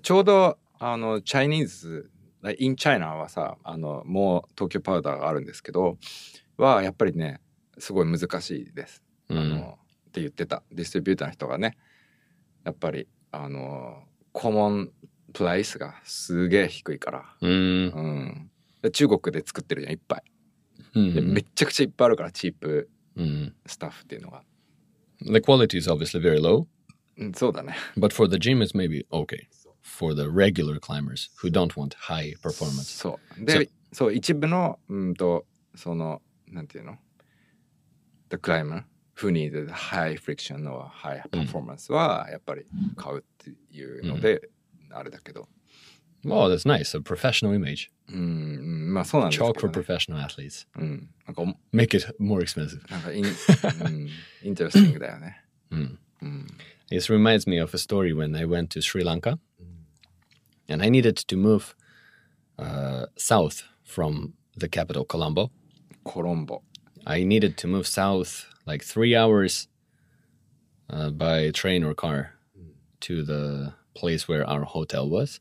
Speaker 2: ちょうど、あの、チャイニーズ、インチャイナはさ、あの、もう東京パウダーがあるんですけど、は、やっぱりね、すごい難しいです。
Speaker 4: う
Speaker 2: あ
Speaker 4: ん。
Speaker 2: のって言ってたディストリビューターの人がねやっぱりあのコモンプライスがすげえ低いから、
Speaker 4: うん。
Speaker 2: うん、で中国で作ってるじゃんいっぱい、
Speaker 4: うん
Speaker 2: でめっちゃくちゃいっぱいあるからチープ
Speaker 4: うん。
Speaker 2: スタッフっていうのが、
Speaker 4: Mm. The quality is obviously very low,
Speaker 2: うん、そうだね
Speaker 4: but for the gym, it's maybe okay for the regular climbers who don't want high performance.
Speaker 2: そう
Speaker 4: そう
Speaker 2: でそう一部のうんとそのなんていうの The climber who need high friction or high performance はやっぱり買うっていうので、あれだけど
Speaker 4: Oh, that's nice. A professional image.
Speaker 2: うんうんまあそうなんですけ
Speaker 4: Chalk
Speaker 2: ど
Speaker 4: for
Speaker 2: ね、
Speaker 4: professional athletes.
Speaker 2: うん、なんかおも
Speaker 4: Make it more expensive.
Speaker 2: なんかイン、うん、インタレスティングだよね。
Speaker 4: Mm.
Speaker 2: うん。
Speaker 4: This reminds me of a story when I went to Sri Lanka and I needed to move uh, south from the capital, Colombo.
Speaker 2: コロンボ。
Speaker 4: I needed to move south like three hours uh, by train or car to the place where our hotel was.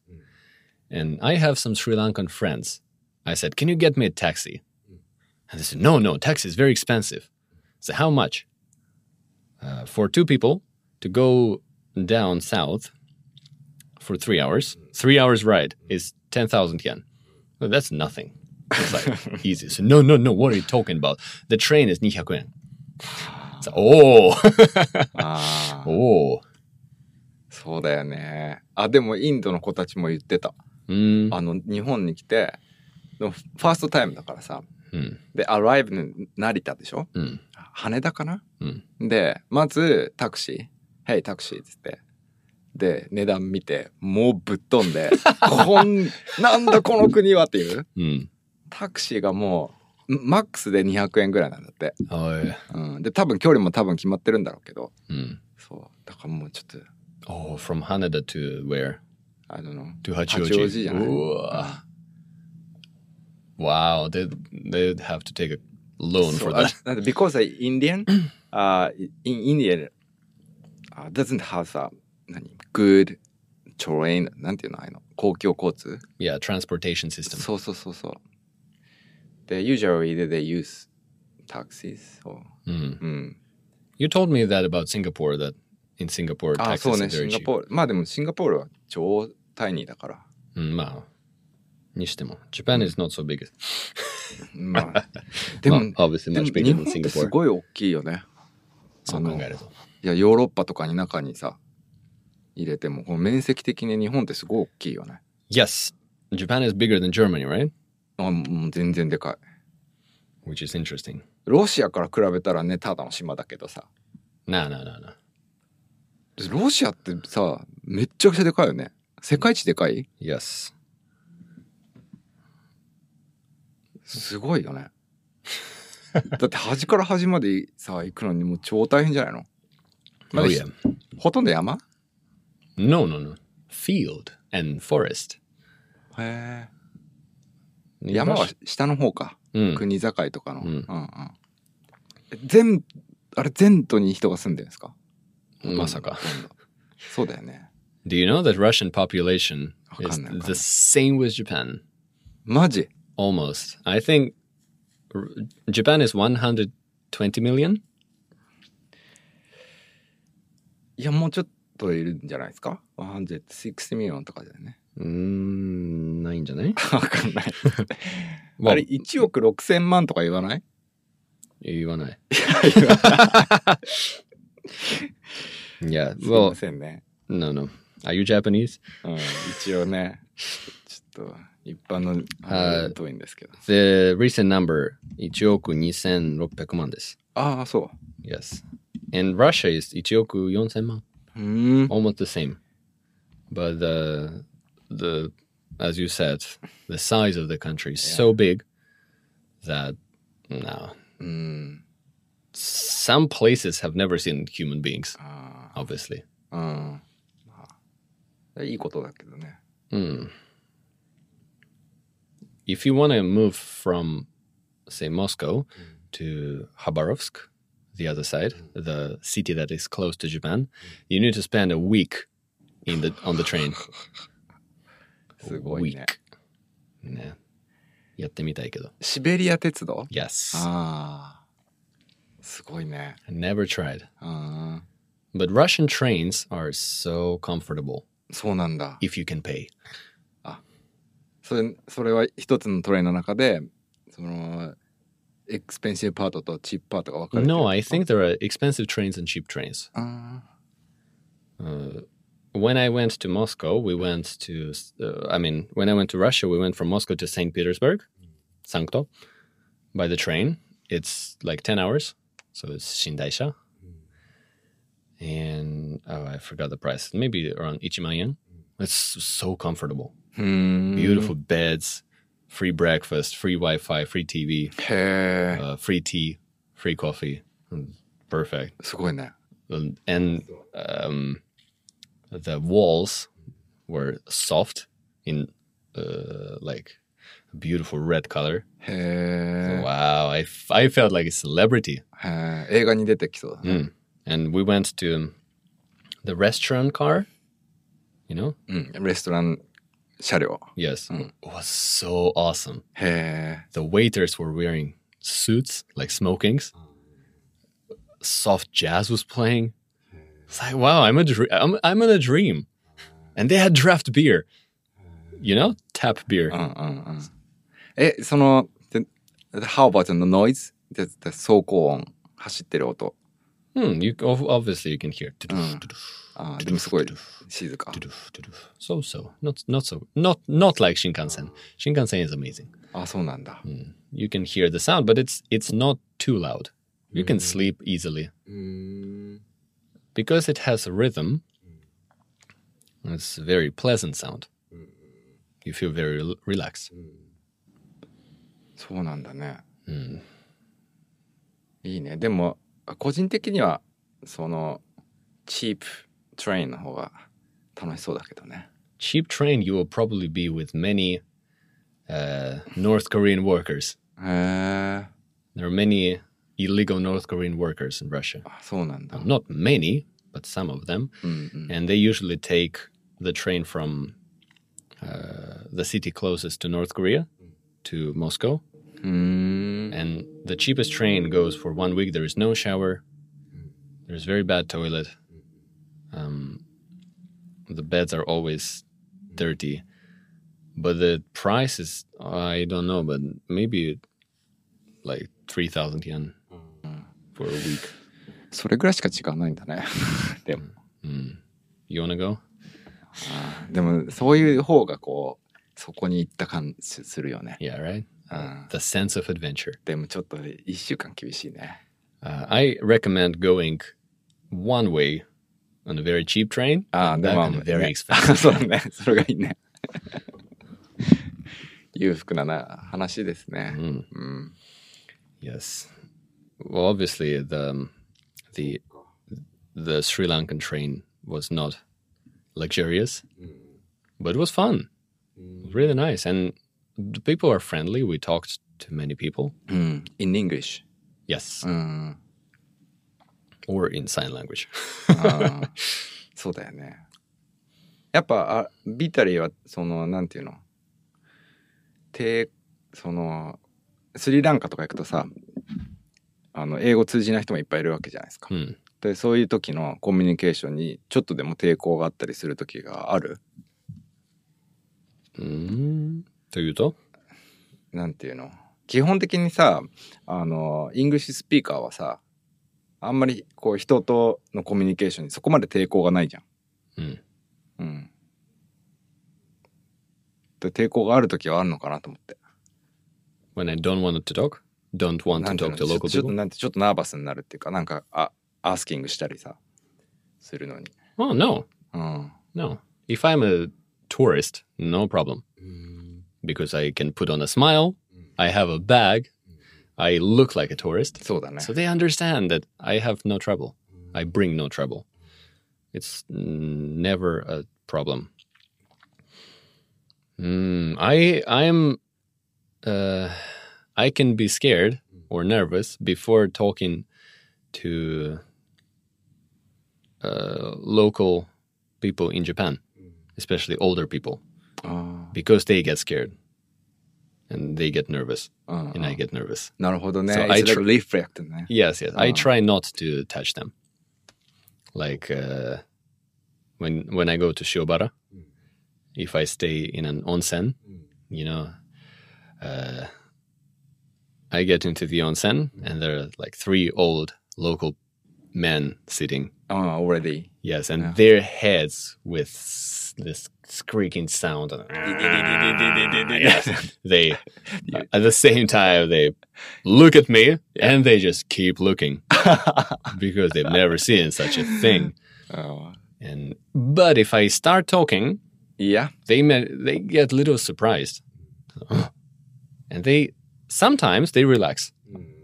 Speaker 4: And I have some Sri Lankan friends. I said, Can you get me a taxi? And they said, No, no, taxi is very expensive. So, how much? Uh, for two people to go down south for three hours, three hours ride is 10,000 yen. Well, that's nothing. It's [LAUGHS] like easy. So no, no, no. What are you talking about? The train is 200 yen. It's like, [LAUGHS] oh,
Speaker 2: ああ、
Speaker 4: oh.
Speaker 2: そうだよね。あ、でもインドの子たちも言ってた。
Speaker 4: Mm.
Speaker 2: あの、日本に来て、でもファーストタイムだからさ。
Speaker 4: うん
Speaker 2: で、アライブの成田でしょ
Speaker 4: Mm.
Speaker 2: 羽田かな、
Speaker 4: うん
Speaker 2: で、まずタクシー。ヘイタクシーっつって。で、値段見て、もうぶっ飛ん
Speaker 4: [LAUGHS]
Speaker 2: で、こん、なんだこの国はっていう。
Speaker 4: Mm.
Speaker 2: タクシーがもう、マックスで200円ぐらいなんだって。
Speaker 4: Oh, yeah.
Speaker 2: うん、で多分距離も多分決まってるんだろうけど
Speaker 4: Mm.
Speaker 2: そうだからもうちょっと
Speaker 4: oh, from Haneda to where?
Speaker 2: あの
Speaker 4: To Hachioji.
Speaker 2: 八王子じゃない？
Speaker 4: Ooh. Wow, they they'd have to take a loan
Speaker 2: そう
Speaker 4: for
Speaker 2: あ
Speaker 4: that.
Speaker 2: なんで because I
Speaker 4: [CLEARS THROAT]
Speaker 2: Indian uh, in India uh, doesn't have a 何 good train なんていうのああいうの公共交通
Speaker 4: Yeah, transportation system.
Speaker 2: そうそうそうそうで usually they they use taxis or
Speaker 4: Mm.
Speaker 2: うん
Speaker 4: You told me that about Singapore. That in Ah, Singapore,
Speaker 2: あ
Speaker 4: taxes
Speaker 2: そう
Speaker 4: are
Speaker 2: ねシ
Speaker 4: very
Speaker 2: ンガ
Speaker 4: cheap.
Speaker 2: ポールまあでもシンガポールは超タイニーだから
Speaker 4: [LAUGHS] Mm, まあ、にしても Japan is not so big.
Speaker 2: まあでも
Speaker 4: Well, obviously
Speaker 2: でも
Speaker 4: much
Speaker 2: 日
Speaker 4: bigger
Speaker 2: 本
Speaker 4: than
Speaker 2: ってす
Speaker 4: Singapore.
Speaker 2: ごい大きいよね
Speaker 4: そう考えると。
Speaker 2: いやヨーロッパとかに中にさ入れてもこの面積的に日本ってすごい大きいよね
Speaker 4: Yes, Japan is bigger than Germany, right?
Speaker 2: あもう全然でかい
Speaker 4: Which is interesting.
Speaker 2: ロシアから比べたらねただの島だけどさ
Speaker 4: No, no, no, no.
Speaker 2: ロシアってさめっちゃくちゃでかいよね世界一でかい
Speaker 4: Yes.
Speaker 2: すごいよ
Speaker 4: [LAUGHS]
Speaker 2: ねだって端から端までさ行くのにもう超大変じゃないの
Speaker 4: Oh, yeah.
Speaker 2: ほとんど山
Speaker 4: No, no, no. Field and forest.
Speaker 2: へえ
Speaker 4: In
Speaker 2: 山は
Speaker 4: Russia-
Speaker 2: 下の方か、
Speaker 4: Mm.
Speaker 2: 国境とかの、
Speaker 4: うん
Speaker 2: うんうんえ全あれ全土に人が住んでるんですか
Speaker 4: まさか
Speaker 2: ほとんどそうだよね
Speaker 4: Do you know that Russian population is
Speaker 2: わかんない、わかんない。
Speaker 4: the same with Japan?
Speaker 2: マジ
Speaker 4: Almost. I think R- Japan is 120 million.
Speaker 2: いや、もうちょっといるんじゃないですか ?160 ミリオンとかだよね。
Speaker 4: Mm,
Speaker 2: [LAUGHS] わかんない。あ
Speaker 4: well,
Speaker 2: れ、1億6千万とか言わない
Speaker 4: 言わない。yeah,
Speaker 2: すいま
Speaker 4: well,
Speaker 2: せんね。
Speaker 4: no, no. Are you Japanese?
Speaker 2: うん、一応ね、ちょっと、一般の、あ
Speaker 4: は
Speaker 2: の
Speaker 4: い
Speaker 2: 遠いんですけど。
Speaker 4: The recent number, 1億2600万です。
Speaker 2: ああ、そ
Speaker 4: Yes. And Russia is 1億4000万.
Speaker 2: う。うーん。
Speaker 4: Almost the same. But the, the, as you said, the size of the country is so big that, no.
Speaker 2: うん。
Speaker 4: Some places have never seen human beings,
Speaker 2: あ
Speaker 4: obviously.
Speaker 2: あ。うん。まあいいことだけどね。
Speaker 4: Mm. if you want to move from, say, Moscow to Khabarovsk, the other side, the city that is close to Japan, you need to spend a week in the on the train.
Speaker 2: すごいね。
Speaker 4: ね。やってみたいけど。
Speaker 2: シベリア鉄道
Speaker 4: Yes.
Speaker 2: Ah. ああ。すごいね。
Speaker 4: I never tried.
Speaker 2: うん。
Speaker 4: But Russian trains are so comfortable
Speaker 2: そうなんだ。
Speaker 4: if you can pay.
Speaker 2: それ、それは一つのトレインの中で、その、エクスペンシブパートとチップパートが分かれてる。
Speaker 4: No, I think there are expensive trains and cheap trains. Uh,
Speaker 2: あ
Speaker 4: When I went to Moscow, we went to, uh, I mean, when I went to Russia, we went from Moscow to St. Petersburg, Sankto, by the train. It's like 10 hours, so it's Shindaisha. And oh, I forgot the price, maybe around ichiman yen. It's so comfortable.
Speaker 2: ーうーん。
Speaker 4: Beautiful beds, free breakfast, free Wi Fi, free TV,
Speaker 2: へえ。
Speaker 4: uh, free tea, free coffee. Mm, Perfect.
Speaker 2: すごいね。
Speaker 4: and- and um, the walls were soft in uh, like beautiful red color.
Speaker 2: へ
Speaker 4: Wow, I, f- I felt like a celebrity.
Speaker 2: え。へえ。映画に出てきそうだね。
Speaker 4: And we went to the restaurant car, you know?
Speaker 2: うん。レストラン車両。
Speaker 4: Yes. It was so awesome.
Speaker 2: へえ。
Speaker 4: The waiters were wearing suits, like smokings. Soft jazz was playing. It's like, wow, I'm a dr- I'm, I'm in a dream. And they had draft beer. You know, tap beer.
Speaker 2: うんうんうん。え、その、でハーバーちゃんのノイズでで走行音、走ってる音。
Speaker 4: Hmm, you ob- obviously you can hear.
Speaker 2: あーでもすごい静か。
Speaker 4: So so, not not so, not not like Shinkansen. Shinkansen is amazing.
Speaker 2: あ、そうなんだ。
Speaker 4: You can hear the sound, but it's it's not too loud. You can sleep easily. because it has a rhythm, it's a very pleasant sound. You feel very rel- relaxed.
Speaker 2: そうなんだね。いいね。でも、個人的には、その、チープトレインの方が楽しそうだけどね。
Speaker 4: Cheap train, you will probably be with many uh, North Korean workers.
Speaker 2: へえ。
Speaker 4: There are many illegal North Korean workers in Russia.
Speaker 2: あ、そうなんだ。
Speaker 4: Not many, but some of them. And they usually take the train from uh, the city closest to North Korea to Moscow.
Speaker 2: うーん。
Speaker 4: and the cheapest train goes for one week. There is no shower. There's very bad toilet. Um, the beds are always dirty, but the price is I don't know, but maybe like three thousand yen for a week.
Speaker 2: それぐらいしか時間ないんだね。 [LAUGHS] でも、
Speaker 4: You wanna go?
Speaker 2: でもそういう方がこう、そこに行った感じするよね。
Speaker 4: Yeah, right. Uh,
Speaker 2: うん。
Speaker 4: The sense of adventure.
Speaker 2: でもちょっと一週間厳しいね。
Speaker 4: Uh, I recommend going one way on a very cheap train.
Speaker 2: ああ、で
Speaker 4: back
Speaker 2: も
Speaker 4: on a、very
Speaker 2: ね [LAUGHS]
Speaker 4: expensive.
Speaker 2: そうだね。それがいいね。裕福なな話ですね。うん。
Speaker 4: Yes. Well, obviously the um, the the Sri Lankan train was not luxurious, but it was fun. Really nice, and the people are friendly. We talked to many people.
Speaker 2: うん。in English. Uh.
Speaker 4: Yes,
Speaker 2: うん。
Speaker 4: or in sign language.
Speaker 2: [LAUGHS] そうだよね。やっぱ、あビタリーは、その、なんていうのて、その、スリランカとか行くとさ、あの、英語通じない人もいっぱいいるわけじゃないですか。
Speaker 4: うん
Speaker 2: で、そういう時のコミュニケーションに、ちょっとでも抵抗があったりする時がある
Speaker 4: mm. というと、
Speaker 2: なんていうの基本的にさ、あの、イングリッシュスピーカーはさ、あんまり、こう、人とのコミュニケーションにそこまで抵抗がないじゃん。
Speaker 4: うん
Speaker 2: うん。で抵抗がある時はあるのかなと思って。
Speaker 4: when I don't want to talk, don't want
Speaker 2: な
Speaker 4: to
Speaker 2: んていう
Speaker 4: talk
Speaker 2: の
Speaker 4: to
Speaker 2: ちょちょっ
Speaker 4: local
Speaker 2: と
Speaker 4: people.
Speaker 2: なんてちょっとナーバスになるっていうか、なんか、あ、アースキングしたりさ、するのに。
Speaker 4: Oh no,
Speaker 2: うん。
Speaker 4: no. If I'm a tourist, no problem. Because I can put on a smile, I have a bag, I look like a tourist.
Speaker 2: そうだね。
Speaker 4: So they understand that I have no trouble. I bring no trouble. It's mm, never a problem. Mm, I Hmm, I'm uh, I can be scared or nervous before talking to uh, local people in Japan, especially older people,
Speaker 2: あ
Speaker 4: because they get scared and they get nervous,
Speaker 2: あうん
Speaker 4: and I get nervous.
Speaker 2: なるほどね。
Speaker 4: So I
Speaker 2: It's like
Speaker 4: tr-
Speaker 2: reflect ね。
Speaker 4: Yes, yes. I
Speaker 2: Ah.
Speaker 4: try not to touch them. Like uh, when when I go to Shiobara, if I stay in an onsen, you know, uh, I get into the onsen and there are like three old local men sitting.
Speaker 2: ああ、already。
Speaker 4: Yes, and
Speaker 2: Yeah.
Speaker 4: their heads with s- this squeaking sound. yes, they at the same time they look at me and they just keep looking because they've never seen such a thing.
Speaker 2: ああ
Speaker 4: And but if I start talking,
Speaker 2: いや。
Speaker 4: they may, they get a little surprised, and they sometimes they relax.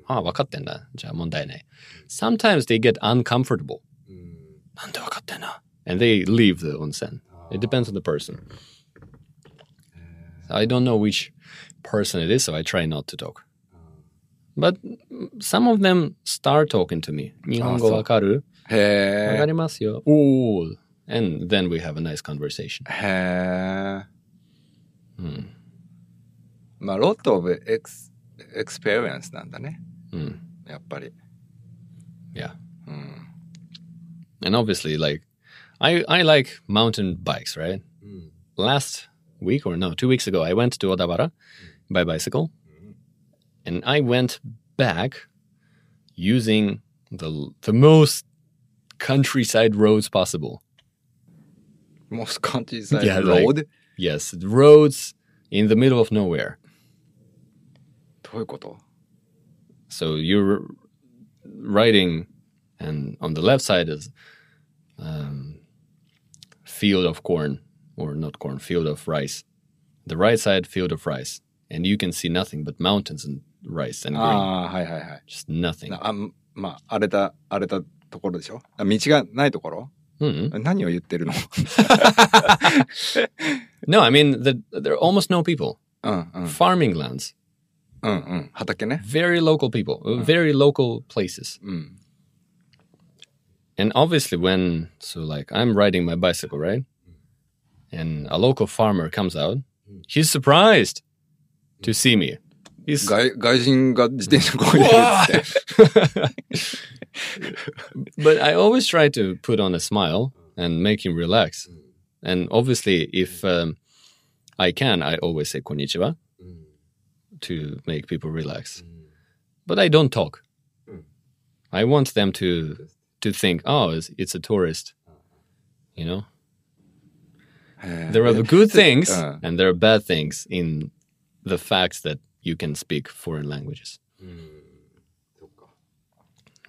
Speaker 4: Ah, 分かってんだ。じゃあ問題ない。Sometimes they get uncomfortable. なんで分かってんの And they leave the onsen. It depends on the person. I don't know which person it is, so I try not to talk. But some of them start talking to me. 日本語わかる？
Speaker 2: へえ。
Speaker 4: わかりますよ。おー。And then we have a nice conversation.
Speaker 2: へえ。
Speaker 4: うん。
Speaker 2: まあ、lot of ex- experience なんだね。
Speaker 4: うん。
Speaker 2: やっぱり。
Speaker 4: Yeah.
Speaker 2: うん。
Speaker 4: and obviously like i i like mountain bikes right last week or no two weeks ago i went to odawara by bicycle and i went back using the the most countryside roads possible
Speaker 2: most countryside
Speaker 4: Yeah, like-
Speaker 2: road?
Speaker 4: yes roads in the middle of nowhere
Speaker 2: どういうこと
Speaker 4: so you're riding and on the left side is um, field of corn or not corn field of rice the right side field of rice and you can see nothing but mountains and rice and
Speaker 2: あ
Speaker 4: green
Speaker 2: あ、はいはいはい。
Speaker 4: just nothing
Speaker 2: なあんまあ、荒れた、荒れたところでしょあ道がないところ
Speaker 4: Mhm.
Speaker 2: 何を言ってるの [LAUGHS]
Speaker 4: no i mean the, there are almost no people
Speaker 2: うんうん。
Speaker 4: farming lands
Speaker 2: うんうん。畑ね。
Speaker 4: very local people uh, very local places
Speaker 2: うん。
Speaker 4: And obviously, when so like I'm riding my bicycle, right? And a local farmer comes out, he's surprised to see me. He's
Speaker 2: 外外人が自転車こいでるっつって。
Speaker 4: [LAUGHS] but I always try to put on a smile and make him relax. And obviously, if um, I can, I always say konnichiwa to make people relax. But I don't talk. I want them to to think, oh, it's, it's a tourist. You know,
Speaker 2: へえ
Speaker 4: there are the good things
Speaker 2: [LAUGHS] Uh.
Speaker 4: and there are bad things in the fact that you can speak foreign languages.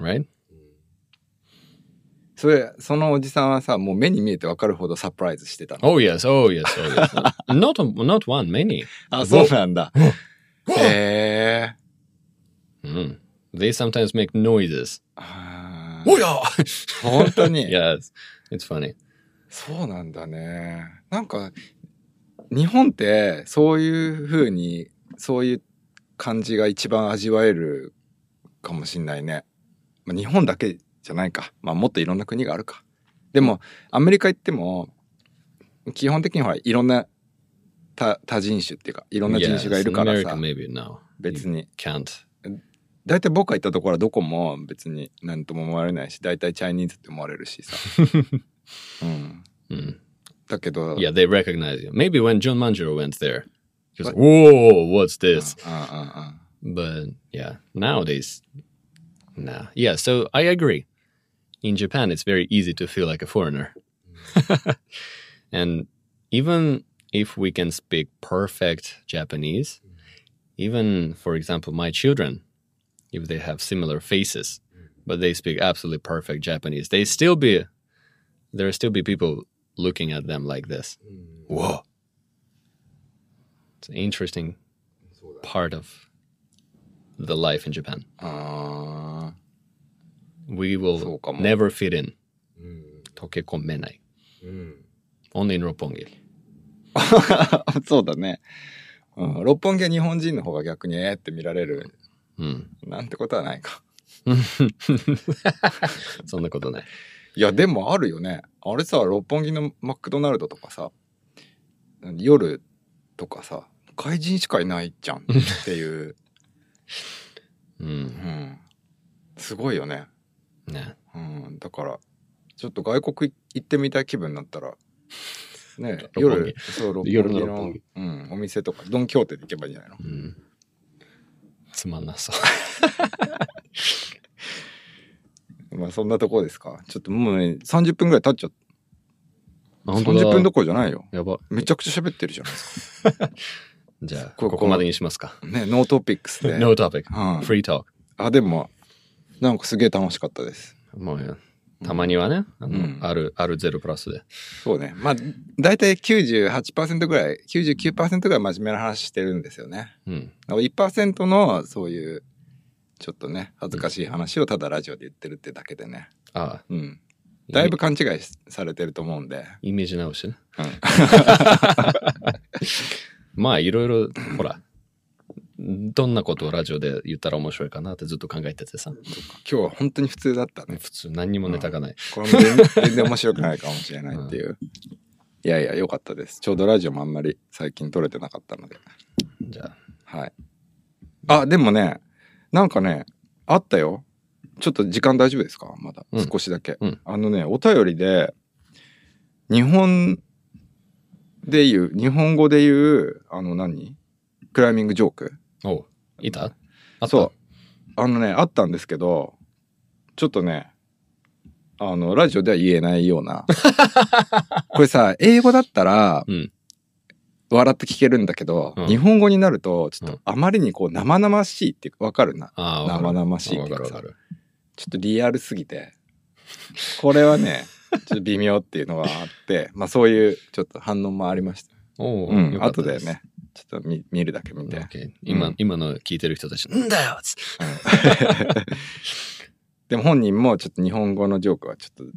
Speaker 4: Right?
Speaker 2: それ、そのおじさんはさ、もう目に見えてわかるほどサプライズしてたの。
Speaker 4: Oh yes, oh yes, oh yes. not not one, many.
Speaker 2: あ、そうなんだ。へえ。
Speaker 4: Mm. They sometimes make noises.
Speaker 2: あー
Speaker 4: Oh yeah.
Speaker 2: 本当に。
Speaker 4: [LAUGHS] yes, it's funny.
Speaker 2: そうなんだね。なんか、日本って、そういう風に、そういう感じが一番味わえるかもしんないね。まあ、日本だけじゃないか。まあ、もっといろんな国があるか。でも、アメリカ行っても、基本的にはいろんな多多人種っていうか、いろんな人
Speaker 4: Yes,
Speaker 2: 種がいるからさ
Speaker 4: America、maybe now.
Speaker 2: 別
Speaker 4: You
Speaker 2: に。
Speaker 4: can't.
Speaker 2: 大体僕が行ったところはどこも別に何とも思われないし、大体チャイニーズって思われるし [LAUGHS] さ。うん。
Speaker 4: Mm.
Speaker 2: だけど、
Speaker 4: Yeah, they recognize you. Maybe when John Manjaro went there, he was like, "Whoa, what's this?"
Speaker 2: うんうんうん。
Speaker 4: but yeah nowadays nah yeah so i agree in japan it's very easy to feel like a foreigner [LAUGHS] and even if we can speak perfect japanese even for example my children if they have similar faces but they speak absolutely perfect japanese they still be there still be people looking at them like this whoa it's an interesting part of the life in Japan.
Speaker 2: あ
Speaker 4: We
Speaker 2: そう
Speaker 4: will
Speaker 2: かも
Speaker 4: never fit in. 溶け込めない。Only in Roppongi.
Speaker 2: [LAUGHS] あ、そうだね。うん、六本木は日本人の方が逆にえーって見られる
Speaker 4: うん。
Speaker 2: なんてことはないか。
Speaker 4: そんなことない。
Speaker 2: いや、でもあるよね。あれさ、六本木のマクドナルドとかさ、夜とかさ、外人しかいないじゃんって [LAUGHS] いう。
Speaker 4: う。
Speaker 2: うんん。すごいよね。
Speaker 4: ね。
Speaker 2: うん。だから、ちょっと外国行ってみたい気分になったら、ね、
Speaker 4: [LAUGHS] 六本
Speaker 2: 夜、
Speaker 4: 木
Speaker 2: そう、六
Speaker 4: 夜
Speaker 2: 本
Speaker 4: の
Speaker 2: 木
Speaker 4: 六本
Speaker 2: の、うん、お店とか、ドンキョーテで行けばいいんじゃないの
Speaker 4: うん。つまんな
Speaker 2: [LAUGHS]
Speaker 4: そう。
Speaker 2: まあそんなとこですか。ちょっともうね、30分ぐらい経っちゃった。
Speaker 4: あ本当だ
Speaker 2: 30分どころじゃないよ。
Speaker 4: やば。
Speaker 2: めちゃくちゃ喋ってるじゃないです
Speaker 4: じゃあ、
Speaker 2: こ
Speaker 4: こ
Speaker 2: こ
Speaker 4: こまでにしますか。
Speaker 2: か。
Speaker 4: [LAUGHS]
Speaker 2: ね、ノートピックスで。
Speaker 4: No topic.
Speaker 2: はい
Speaker 4: Free talk.
Speaker 2: あ、でも、なんかすげえ楽しかったです。
Speaker 4: もう、たまにはね、あの、
Speaker 2: うん
Speaker 4: ある、あるゼロプラスで。
Speaker 2: そうね。まあ、だいたい98%ぐらい、99%ぐらい真面目な話してるんですよね。
Speaker 4: うん。
Speaker 2: だから1%のそういう、ちょっとね、恥ずかしい話をただラジオで言ってるってだけでね。
Speaker 4: ああ、
Speaker 2: うん。だいぶ勘違いされてると思うんで。
Speaker 4: イメージ直しね。
Speaker 2: うん
Speaker 4: まあ、いろいろ、ほら、どんなことをラジオで言ったら面白いかなってずっと考えててさ。
Speaker 2: 今日は本当に普通だったね。
Speaker 4: 普通、何にもネタがない。
Speaker 2: これも全然全然面白くないかもしれないっていう。いやいや、良かったです。ちょうどラジオもあんまり最近撮れてなかったので。
Speaker 4: じゃあ、
Speaker 2: はい。あ、でもね、なんかね、あったよ。ちょっと時間大丈夫ですかまだ
Speaker 4: うん
Speaker 2: 少しだけ、
Speaker 4: うん
Speaker 2: あのね、お便りで、日本で言う、日本語で言う、あの何クライミングジョーク
Speaker 4: おういたあ
Speaker 2: そう。あのね、あったんですけど、ちょっとね、あの、ラジオでは言えないよう
Speaker 4: [LAUGHS]
Speaker 2: な。これさ、英語だったら、
Speaker 4: うん
Speaker 2: 笑って聞けるんだけど、
Speaker 4: うん
Speaker 2: 日本語になると、ちょっ
Speaker 4: うん
Speaker 2: とあまりにこう生々しいっていうか、わかるな。
Speaker 4: ああ、わかる
Speaker 2: 生々しいっ
Speaker 4: わ
Speaker 2: てい
Speaker 4: か
Speaker 2: う
Speaker 4: る
Speaker 2: か
Speaker 4: わ
Speaker 2: さ
Speaker 4: かる。
Speaker 2: ちょっとリアルすぎて、これは
Speaker 4: [LAUGHS]
Speaker 2: ね、ちょっと微妙っていうのはあって、まあそういうちょっと反応もありました。
Speaker 4: おう
Speaker 2: うん、
Speaker 4: よかっ
Speaker 2: 後
Speaker 4: た
Speaker 2: でね、ちょっと見見るだけ見て。
Speaker 4: OK 今、
Speaker 2: うん
Speaker 4: 今の聞いてる人たち、んだよつって
Speaker 2: でも本人もちょっと日本語のジョークはちょっ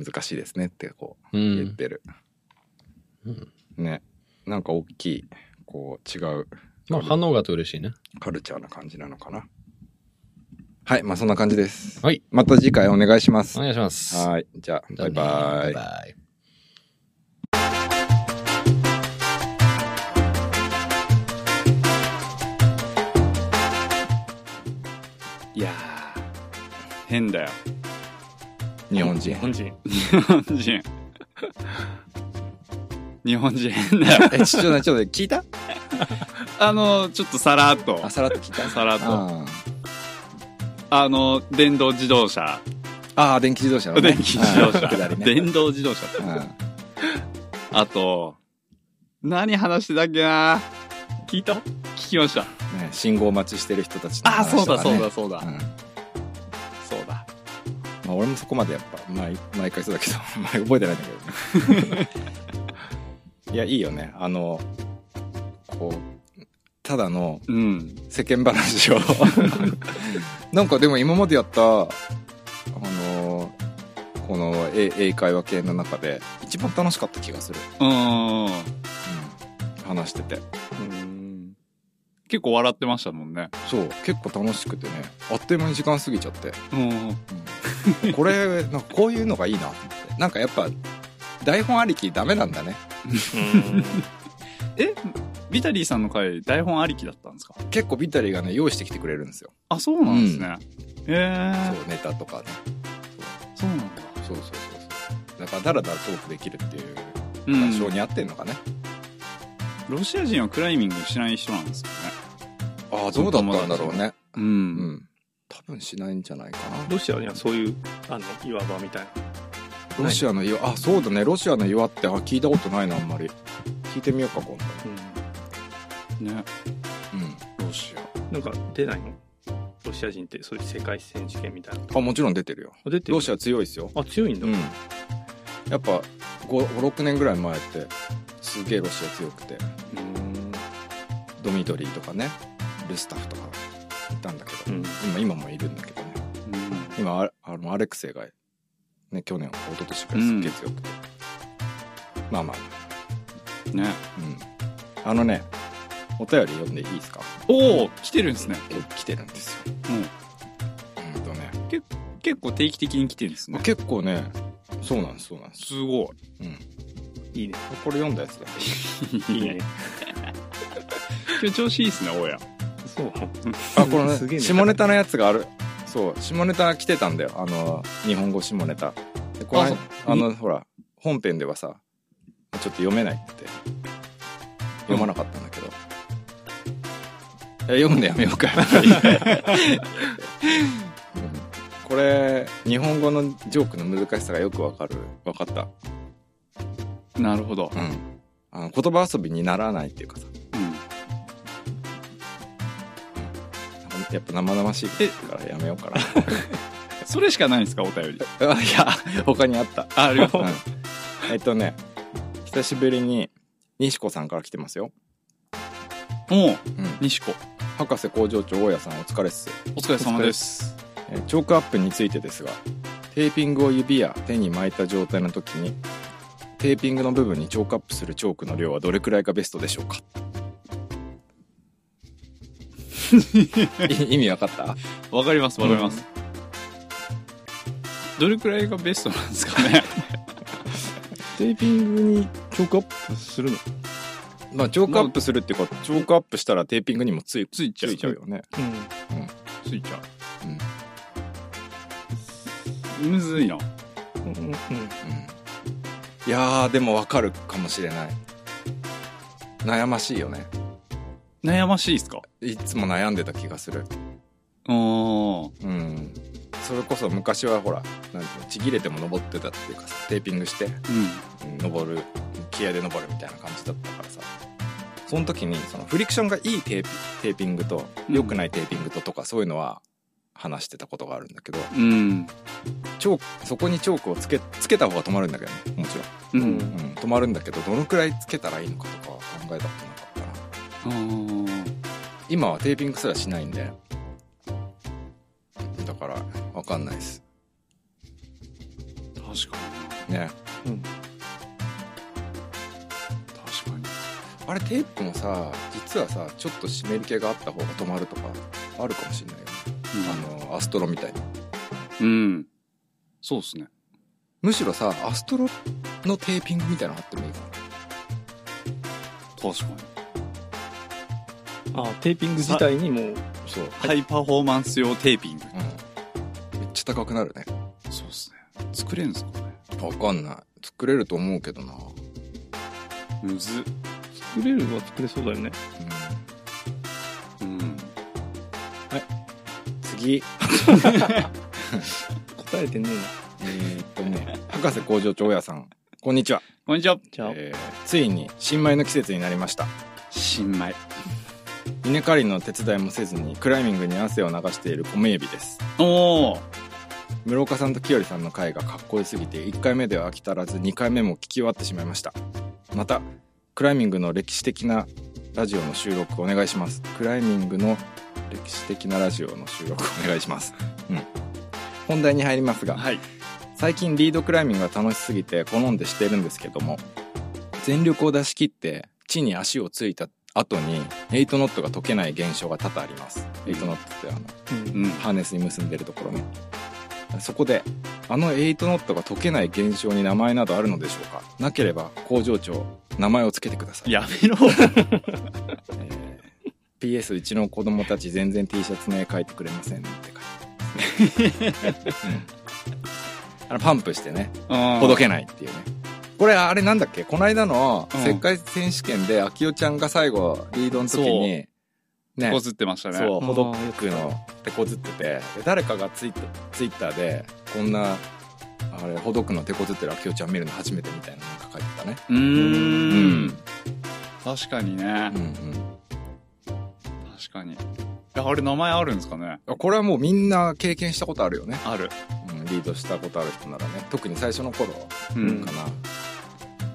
Speaker 2: と難しいですねってこ
Speaker 4: う
Speaker 2: う言っ
Speaker 4: ん。
Speaker 2: てる、
Speaker 4: うん
Speaker 2: ねなんか大きいこう違う
Speaker 4: まあ、反応があって嬉しいね。
Speaker 2: カルチャーな感じなのかなはいまあそんな感じです
Speaker 4: はい
Speaker 2: また次回お願いします
Speaker 4: お
Speaker 2: は
Speaker 4: 願いします。
Speaker 2: ーいじゃあ
Speaker 4: じゃ
Speaker 2: バイ
Speaker 4: あね
Speaker 2: バイ
Speaker 4: バイ。
Speaker 1: いやー、変だよ。
Speaker 2: 日本人
Speaker 3: [LAUGHS] 日本人。
Speaker 1: 日本人。日本人変だよ。
Speaker 2: えちょっとねちょっと聞いた
Speaker 1: あの、ちょっとさらっと
Speaker 2: あ、さらっと聞いた
Speaker 1: さらっと。
Speaker 2: あー
Speaker 1: あの、電動自動車。
Speaker 2: あー電気自動車の、ね、
Speaker 1: 電気自動車
Speaker 2: あー下り。ね
Speaker 1: 電動自動車。
Speaker 2: うん
Speaker 1: あと、何話してたっけな聞いた聞きました。
Speaker 2: ね、信号待ちしてる人たちの
Speaker 1: あー、
Speaker 2: 話
Speaker 1: そう
Speaker 2: と
Speaker 1: だ、
Speaker 2: か
Speaker 1: そう
Speaker 2: ね
Speaker 1: だ、そうだ
Speaker 2: う、ん
Speaker 1: そうだ。
Speaker 2: まあ、俺もそこまでやっぱ毎毎回そうだけど [LAUGHS] 前覚えてないんだけど、 [LAUGHS] ね、いやいいよねあのこうただの
Speaker 1: うん。
Speaker 2: 世間話を [LAUGHS] なんかでも今までやったあのこの英英会話系の中で一番楽しかった気がする、
Speaker 1: うーん。
Speaker 2: うん、話してて
Speaker 1: うん結構笑ってましたもんね。
Speaker 2: そう結構楽しくてねあっという間に時間過ぎちゃって
Speaker 1: うん。
Speaker 2: これなんかこういうのがいいなと思ってなんかやっぱ台本ありきダメなんだね
Speaker 1: え、ビタリーさんの回、台本ありきだったんですか
Speaker 2: 結構ビタリーがね用意してきてくれるんですよ、
Speaker 1: あ、そうなんですね。へえ
Speaker 2: そうネタとかね
Speaker 1: そうなんだ。
Speaker 2: そうそうそうそうだからダラダラトークできるっていう
Speaker 1: うん
Speaker 2: 性に合ってんのかね、
Speaker 1: ロシア人はクライミングしない人なんですよね。
Speaker 2: ああどうだったんだろうね
Speaker 1: う。
Speaker 2: うんん多分しないんじゃないか
Speaker 3: [LAUGHS] ロシアにはそういう、あの、岩場みたいな。
Speaker 2: なロシアの岩あそうだねロシアの岩ってあ聞いたことないなあんまり聞いてみようか今度
Speaker 1: ね。
Speaker 2: うん
Speaker 1: ロシア。
Speaker 3: なんか出ないのロシア人ってそういう世界選手権みたいな。
Speaker 2: あもちろん出てるよ
Speaker 3: あ出てる
Speaker 2: ロシア強いですよ
Speaker 3: あ、強いんだ。
Speaker 2: うんやっぱ56年ぐらい前ってすげえロシア強くてドミトリーとかねルスタフとかいたんだけど、
Speaker 3: うん
Speaker 2: 今今もいるんだけどね今ああのアレクセイが、ね、去年一昨年くらいすっげえ強くて、まあまあ、
Speaker 1: うん。ね。
Speaker 2: うん、あのねお便り読んでいいですか
Speaker 1: おお来てるんですね。
Speaker 2: え来てるんですよ。うんとね。
Speaker 1: 結構定期的に来てるんですね。
Speaker 2: 結構ね、そうなんです、そうなんです。
Speaker 1: すご
Speaker 2: いいね。これ読んだやつだ。
Speaker 1: い。いいね。今日調子いいですね、大家。
Speaker 3: [LAUGHS] そう。
Speaker 2: あ、この
Speaker 3: [LAUGHS] すげえ
Speaker 2: ね、
Speaker 3: ね
Speaker 2: 下ネタのやつがある。そう、下ネタ来てたんだよ。あの、日本語下ネタ。で、この
Speaker 1: あそ
Speaker 2: 間
Speaker 1: う、
Speaker 2: あの、ほら、本編ではさ、ちょっと読めないって、読まなかったんだけど。え読むのやめようか。これ、日本語のジョークの難しさがよくわかる。わかった。
Speaker 1: [LAUGHS] なるほど。
Speaker 2: うん。あの言葉遊びにならないっていうかさ、
Speaker 1: うん
Speaker 2: やっぱ生々しいからやめようかな。 [LAUGHS]
Speaker 1: それしかないんですか、お便り。
Speaker 2: あいや、他にあった。
Speaker 1: [LAUGHS] あ、ありがとう。
Speaker 2: うんえっとね、久しぶりに、西子さんから来てますよ。
Speaker 1: おう、
Speaker 2: うん。
Speaker 1: 西子。
Speaker 2: 博士工場長大家さんお疲れっす。
Speaker 1: お疲れ様です。
Speaker 2: えーチョークアップについてですが、テーピングを指や手に巻いた状態の時に、テーピングの部分にチョークアップするチョークの量はどれくらいがベストでしょう [LAUGHS] かい意味わかった
Speaker 1: わかります、わかります。どれくらいがベストなんですかね。
Speaker 3: テーピングにチョークアップするの
Speaker 2: まあ、チョークアップするっていうか、チョークアップしたらテーピングにもつい
Speaker 1: ついち
Speaker 2: つ
Speaker 1: ゃう。
Speaker 2: いちゃうよね。
Speaker 3: う
Speaker 1: ついちゃう。むずいな。
Speaker 3: ん。うん。うん。
Speaker 2: いやーでもわかるかもしれない悩ましいよね
Speaker 1: 悩ましいですか
Speaker 2: いつも悩んでた気がする
Speaker 1: うーん。
Speaker 2: うんそれこそ昔はほらなんていうのちぎれても登ってたっていうかさテーピングしてうん登る気合で登るみたいな感じだったからさその時にそのフリクションがいいテーピテーピングと良くないテーピングととかそういうのは話してたことがあるんだけど
Speaker 1: うん。うん。
Speaker 2: チョークそこにチョークをつけつけた方が止まるんだけどねもちろ
Speaker 1: う
Speaker 2: ん
Speaker 3: うん
Speaker 1: ん。
Speaker 2: うん、止まるんだけどどのくらいつけたらいいのかとかは考えたことなかったな
Speaker 1: あー
Speaker 2: 今はテーピングすらしないんでだからわかんないです
Speaker 1: 確か
Speaker 2: ね
Speaker 1: に確かに
Speaker 2: あれテープもさ実はさちょっと湿り気があった方が止まるとかあるかもしれないよね、あのアストロみたい
Speaker 1: う
Speaker 2: に
Speaker 1: んそうですね
Speaker 2: むしろさアストロのテーピングみたいなの貼ってもいいかな
Speaker 1: 確かに
Speaker 3: あ、テーピング自体にもう、
Speaker 2: そう、
Speaker 1: ハイパフォーマンス用テーピング
Speaker 2: うん、めっちゃ高くなるね
Speaker 1: そうですね作れるんですかね
Speaker 2: わかんない作れると思うけどな、うん、
Speaker 1: むず
Speaker 3: 作れるは作れそうだよね。
Speaker 1: うん
Speaker 2: 次
Speaker 3: 答えてねえな。
Speaker 2: えーっとね、博士工場長屋さん、こんにちは。
Speaker 1: こんにちは
Speaker 3: じゃあ、
Speaker 2: えーついに新米の季節になりました。
Speaker 1: 新米
Speaker 2: 稲刈りの手伝いもせずにクライミングに汗を流している米指です。
Speaker 1: おお
Speaker 2: 室岡さんと清里さんの回がかっこよすぎて1回目では飽き足らず2回目も聞き終わってしまいました。また、クライミングの歴史的なラジオの収録お願いします。クライミングの歴史的なラジオの収録お願いします。うん。本題に入りますが、
Speaker 1: はい
Speaker 2: 最近リードクライミングが楽しすぎて好んでしてるんですけども全力を出し切って地に足をついた後にエイトノットが解けない現象が多々ありますエイトノットってあの
Speaker 3: うん
Speaker 1: うん
Speaker 2: ハーネスに結んでるところねそこであのエイトノットが解けない現象に名前などあるのでしょうかなければ工場長名前をつけてください
Speaker 1: やめろ
Speaker 2: えー PS うちの子供たち全然 T シャツの絵描いてくれませんって書いてますね、うんあのパンプしてねほどけないっていうねこれあれなんだっけこの間の
Speaker 1: うん
Speaker 2: 世界選手権で秋代ちゃんが最後リードの時にね
Speaker 1: こずってましたね
Speaker 2: そう
Speaker 3: あー
Speaker 2: ほどくのってこずっててで誰かがツイッターツイッターでこんなあれほどくの手こずってる秋代ちゃん見るの初めてみたいななんか書いてたね
Speaker 1: うー
Speaker 2: うん
Speaker 1: 確かにね
Speaker 2: うんうん
Speaker 1: 確かにいやあれ名前あるんですかね
Speaker 2: あこれはもうみんな経験したことあるよね
Speaker 1: ある
Speaker 2: うん、リードしたことある人ならね特に最初の頃か
Speaker 1: う
Speaker 2: な、
Speaker 1: ん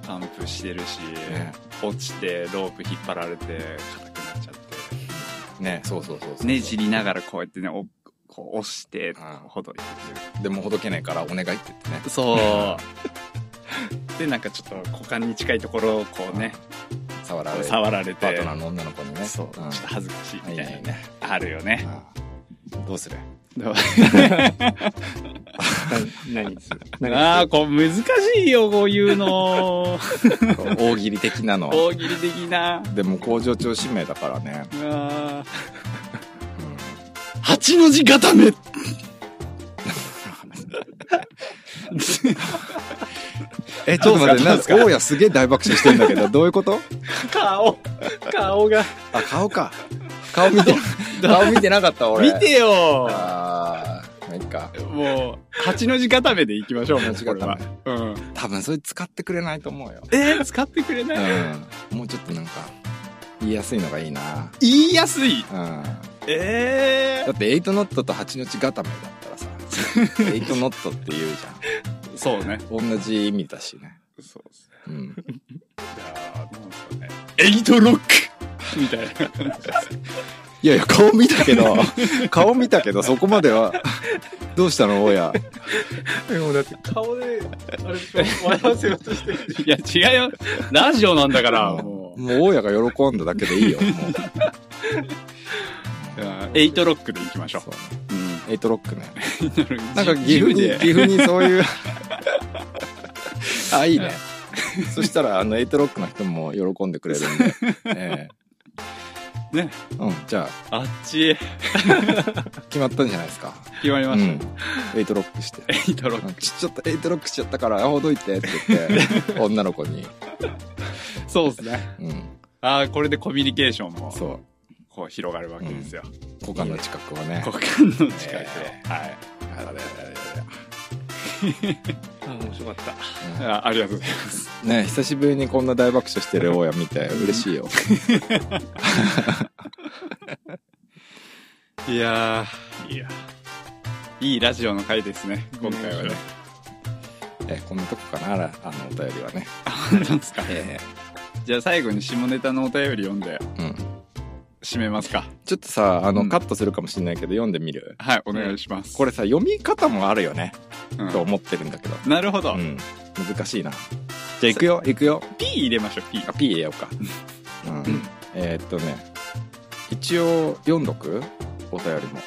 Speaker 1: パンプしてるし
Speaker 2: ね
Speaker 1: 落ちてロープ引っ張られて硬くなっちゃって
Speaker 2: ねそうそうそうそう
Speaker 1: ねじりながらこうやってねおこう押して
Speaker 2: うん
Speaker 1: ほどい
Speaker 2: でもほどけないからお願いって言ってね
Speaker 1: て [LAUGHS] そうでなんかちょっと股間に近いところをこうね
Speaker 2: 触られて
Speaker 1: 触られて
Speaker 2: パートナーの女の子にね
Speaker 1: そう、ちょ
Speaker 2: ん
Speaker 1: っと恥ずかしいみたいな
Speaker 2: はいはい
Speaker 1: ね。あるよね。
Speaker 2: うんどうする
Speaker 3: な何 [LAUGHS] する
Speaker 1: ああ、こう難しいよ、こういう
Speaker 2: [LAUGHS]
Speaker 1: の。
Speaker 2: [LAUGHS] こう大喜利的
Speaker 1: [LAUGHS]
Speaker 2: なの
Speaker 1: 大喜利的な。
Speaker 2: でも工場長指名だからね、
Speaker 1: うわー
Speaker 2: うん
Speaker 1: 八の字固め
Speaker 2: えちょっと待って
Speaker 1: ど
Speaker 2: な
Speaker 1: うんす
Speaker 2: す
Speaker 1: か
Speaker 2: か大家すげえ大爆笑してんだけ
Speaker 1: [LAUGHS]
Speaker 2: どどういうこと [LAUGHS]
Speaker 1: 顔、顔が。
Speaker 2: あ顔か顔
Speaker 1: [LAUGHS]
Speaker 2: 見て顔 [LAUGHS] 見てなかった俺
Speaker 1: 見て [LAUGHS] よ
Speaker 2: ああまあいいか
Speaker 1: もう、八の字固めでいきましょう、もうこれは
Speaker 2: 八の。
Speaker 1: うん。
Speaker 2: 多分それ使ってくれないと思うよ
Speaker 1: えー、使ってくれない、
Speaker 2: うんもうちょっとなんか言いやすいのがいいな
Speaker 1: 言いやすい。
Speaker 2: うんだ
Speaker 1: ええ
Speaker 2: ってエイトノットと8のち固めだったら
Speaker 1: [LAUGHS]
Speaker 2: さエイトノットって言う
Speaker 1: ー。そうね。
Speaker 2: じゃん同じ意味だしね
Speaker 1: そうっすね
Speaker 2: うん
Speaker 1: じゃあ、なんですかね。 [LAUGHS] エイトロックみたいな。
Speaker 2: いやいや顔見たけど [LAUGHS] 顔見たけどそこまではどうしたの大家
Speaker 3: 顔で、あれでしょ、笑わせようとしてる。
Speaker 1: いや、違うよ。ラジオなんだから、もう。
Speaker 2: もう大家が喜んだだけでいいよもう
Speaker 1: [LAUGHS] エイトロックでいきましょう
Speaker 2: そ。うね
Speaker 1: うん
Speaker 2: エイトロックね
Speaker 1: な
Speaker 2: なん
Speaker 1: [LAUGHS] か
Speaker 2: んか
Speaker 1: 岐
Speaker 2: 岐
Speaker 1: 阜
Speaker 2: 阜に
Speaker 1: で。
Speaker 2: 岐阜にそう
Speaker 1: [LAUGHS]
Speaker 2: いうあいいねそしたらあのエイトロックの人も喜んでくれるん
Speaker 1: [LAUGHS]
Speaker 2: で、ええ
Speaker 1: ね
Speaker 2: うんじゃ
Speaker 1: あっち、
Speaker 2: あ決まったんじゃないですか
Speaker 1: 決まりま
Speaker 2: う
Speaker 1: し
Speaker 2: んエイトロックして
Speaker 1: た。エイトロッ
Speaker 2: うんちちょっとエイトロックしちゃったからほどいてって
Speaker 1: [LAUGHS]
Speaker 2: 言って女の子に、
Speaker 1: ク。そうですね。
Speaker 2: うん、
Speaker 1: ああ、これでコミュニケーションも、
Speaker 2: そう
Speaker 1: こう広がるわけですよ。
Speaker 2: 股間の近くをね
Speaker 1: 股間の近くで。
Speaker 2: え
Speaker 1: はい。
Speaker 2: あれ
Speaker 3: あ、面白かった。
Speaker 1: あありがとうございます。
Speaker 2: ね久しぶりにこんな大爆笑してる大家見て嬉しい [LAUGHS] よ
Speaker 1: いやー、いや。いいラジオの回ですね、今回はね。
Speaker 2: えーこんなとこかなあらあのお便りはね、
Speaker 1: 本当ですか。
Speaker 2: え
Speaker 1: じゃあ最後に下ネタのお便り読んで、
Speaker 2: ーうん、
Speaker 1: 締めますか。
Speaker 2: ちょっとさあの、
Speaker 1: うん
Speaker 2: カットするかもしれないけど読んでみる
Speaker 1: はい、お願いします。
Speaker 2: これ、さ読み方もあるよね、
Speaker 1: う
Speaker 2: と
Speaker 1: ん、
Speaker 2: 思ってるんだけど、
Speaker 1: なるほど。
Speaker 2: うん、難しいなじゃあいくよいくよ
Speaker 1: P 入れましょう、P。
Speaker 2: あ P 入れよう [LAUGHS] か、うんえーっとね一応読んどくお便りも、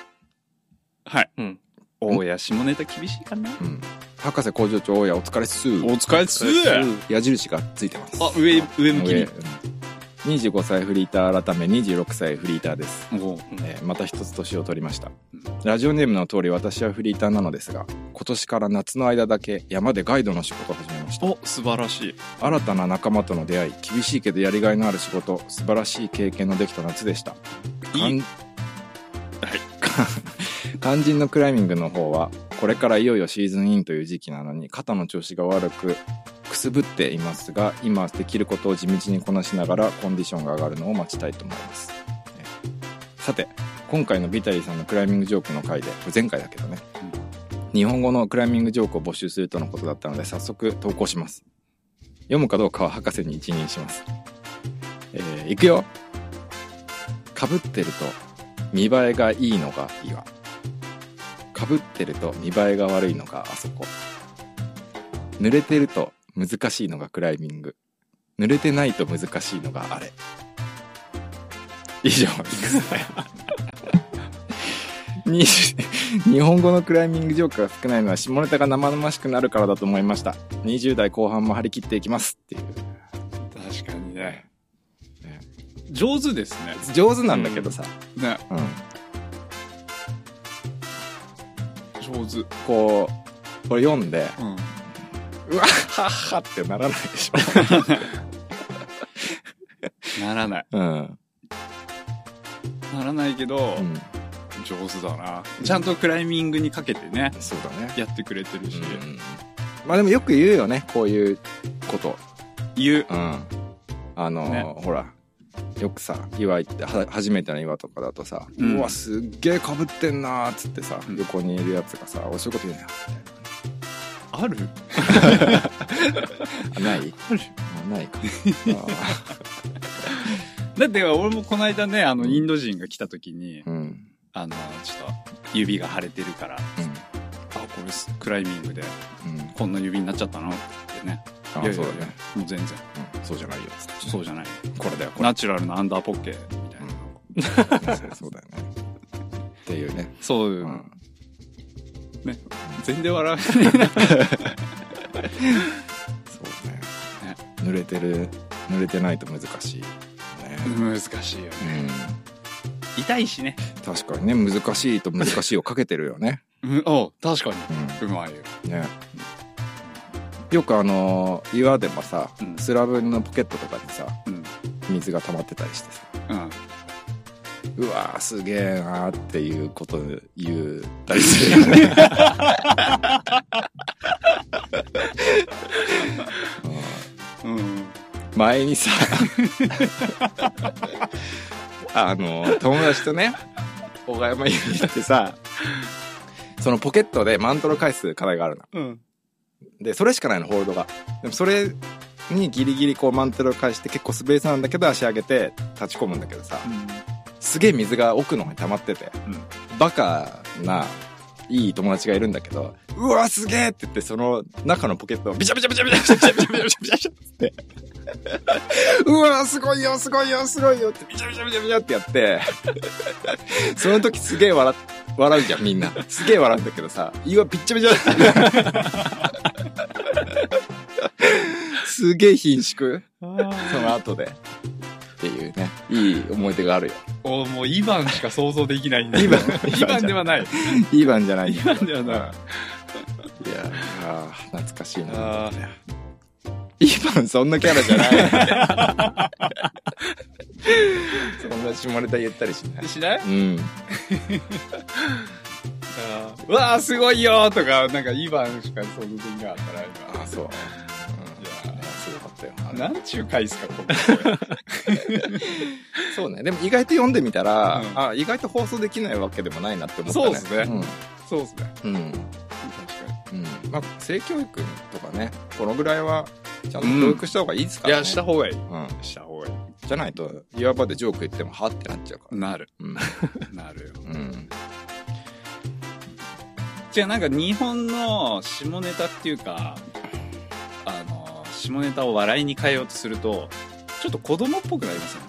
Speaker 1: はい。
Speaker 3: うん。
Speaker 1: 大家、下ネタ厳しいかな
Speaker 2: うん、博士工場長大家お疲れっす
Speaker 1: お疲れっす
Speaker 2: 矢印がついてます
Speaker 1: あ、上、上向き
Speaker 2: 上
Speaker 1: に。
Speaker 2: うん25歳フリーター改め26歳フリーターです
Speaker 1: おう
Speaker 2: えーまた一つ年を取りましたラジオネームの通り私はフリーターなのですが今年から夏の間だけ山でガイドの仕事を始めました
Speaker 1: お、素晴らしい。
Speaker 2: 新たな仲間との出会い厳しいけどやりがいのある仕事素晴らしい経験のできた夏でした
Speaker 1: いい
Speaker 2: い [LAUGHS] 肝心のクライミングの方はこれからいよいよシーズンインという時期なのに肩の調子が悪くくすぶっていますが今できることを地道にこなしながらコンディションが上がるのを待ちたいと思いますねさて今回のビタリーさんのクライミングジョークの回でこれ前回だけどね、日本語のクライミングジョークを募集するとのことだったので早速投稿します読むかどうかは博士に一任しますえー、いくよかぶってると見栄えがいいのが岩かぶってると見栄えが悪いのがあそこ濡れてると難しいのがクライミング濡れてないと難しいのがあれ以上ですに日本語のクライミングジョークが少ないのは下ネタが生々しくなるからだと思いました20代後半も張り切っていきますっていう
Speaker 1: 確かにね
Speaker 2: ね
Speaker 1: 上手ですね
Speaker 2: 上手なんだけどさ、
Speaker 1: ね
Speaker 2: うん
Speaker 1: 上手
Speaker 2: こうこれ読んで
Speaker 1: うん
Speaker 2: うわっはっはってならないでしょ
Speaker 1: ならない
Speaker 2: [LAUGHS] うん、
Speaker 1: ならないけど、
Speaker 2: うん、
Speaker 1: 上手だなちゃんとクライミングにかけてね
Speaker 2: そうだね
Speaker 1: やってくれてるし、
Speaker 2: うんまあでもよく言うよねこういうこと
Speaker 1: 言う
Speaker 2: うんあのー
Speaker 1: ね
Speaker 2: ほらよくさ岩行っては初めての岩とかだとさ「
Speaker 1: う
Speaker 2: うんわすっげえかぶってんな」っつってさ、
Speaker 1: うん
Speaker 2: 横にいるやつがさ「お仕事言うなよ
Speaker 1: ある」
Speaker 2: あないあない [LAUGHS] かあ
Speaker 1: だって俺もこの間ねあの
Speaker 2: うん
Speaker 1: インド人が来た時に、
Speaker 2: ーうん
Speaker 1: あのちょっと指が腫れてるからあこれクライミングで
Speaker 2: うんうん
Speaker 1: こんな指になっちゃったのってね
Speaker 2: あ
Speaker 1: いやい
Speaker 2: そ
Speaker 1: や
Speaker 2: う
Speaker 1: いや
Speaker 2: だね、
Speaker 1: もう全然
Speaker 2: うんそうじゃ [LAUGHS] ないよっつって
Speaker 1: そうじゃない
Speaker 2: これだよこれ
Speaker 1: ナチュラルなアンダーポッケみたいな、
Speaker 2: うんそうだよねっていうね
Speaker 1: そう、
Speaker 2: ん
Speaker 1: ね全然笑わない
Speaker 2: そうね濡れてる濡れてないと難しいね、
Speaker 1: 難しいよね
Speaker 2: うん、
Speaker 1: 痛いしね
Speaker 2: 確かにね難しいと難しいをかけてるよね、
Speaker 1: うんお確かに
Speaker 2: う
Speaker 1: うまいよ
Speaker 2: ん、ねよくあのー岩でもさ、
Speaker 1: うん
Speaker 2: スラブのポケットとかにさ
Speaker 1: うん
Speaker 2: 水が溜まってたりしてさ
Speaker 1: うん
Speaker 2: うわーすげえなーっていうこと言ったりするよね。
Speaker 1: うん
Speaker 2: 前にさあの友達とね小川山に行ってさそのポケットでマントの返す課題がある
Speaker 1: う
Speaker 2: の
Speaker 1: ん
Speaker 2: でそれしかないのホールドがでもそれにギリギリこうマントル返して結構滑りそうなんだけど足上げて立ち込むんだけどさすげえ水が奥の方に溜まってて、バカないい友達がいるんだけどうわすげえって言ってその中のポケットをビシャビシャビシャビシャビシャビシャビシャビシャビシャってうわすごいよすごいよすごいよってビシャビシャビシャビシャってやってその時すげえ笑笑うじゃんみんなすげえ笑うんだけどさ岩ビッチャビチャすげえ貧縮その後でっていうねいい思い出があるよ
Speaker 1: おもうイバンしか想像できないんだ
Speaker 2: イバン
Speaker 1: [LAUGHS] イバンではない
Speaker 2: いい番じゃない
Speaker 1: イバンではない
Speaker 2: いやー懐かしいな
Speaker 1: あ
Speaker 2: イバンそんなキャラじゃない
Speaker 1: [LAUGHS]
Speaker 2: そんな下ネタ言ったりしない
Speaker 1: ーしない
Speaker 2: うん
Speaker 1: あーうわーすごいよーとかなんかイバンしか想像できなかったら
Speaker 2: あそう、
Speaker 1: 今い
Speaker 2: うん、すごかったよあれ
Speaker 1: やーなんちゅう回っすかこ
Speaker 2: そうねでも意外と読んでみたら、
Speaker 1: うん
Speaker 2: あ意外と放送できないわけでもないなって思ったね
Speaker 1: そうっすねそうですね
Speaker 2: うんうん
Speaker 1: 確か
Speaker 2: うんまあ性教育とかねこのぐらいはちゃんと教育した方がいいですから、ね
Speaker 1: 方がいい
Speaker 2: うん、
Speaker 1: した方がいい
Speaker 2: じゃないと岩場でジョーク言ってもはってなっちゃうから
Speaker 1: なる
Speaker 2: うん
Speaker 1: [LAUGHS] なるよ
Speaker 2: うん
Speaker 1: じゃあなんか日本の下ネタっていうかあの下ネタを笑いに変えようとするとちょっと子供っぽくなりますよね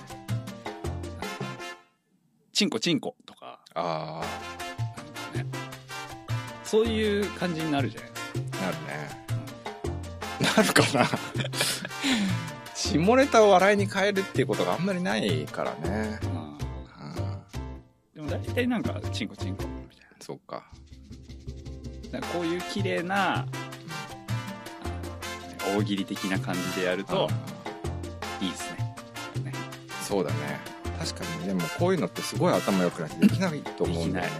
Speaker 1: チンコチンコとか
Speaker 2: ああ
Speaker 1: なんかねそういう感じになるじゃないですか
Speaker 2: なるね。なるかな下ネタを笑いに変えるっていうことがあんまりないからね。
Speaker 1: うん
Speaker 2: ああ
Speaker 1: でも大体なんかチンコチンコみたい
Speaker 2: そうか。
Speaker 1: ななんかこういう綺麗なあの大喜利的な感じでやるといいですねね
Speaker 2: そうだね。確かに、でもこういうのってすごい頭良くないとできないと思うんだよね。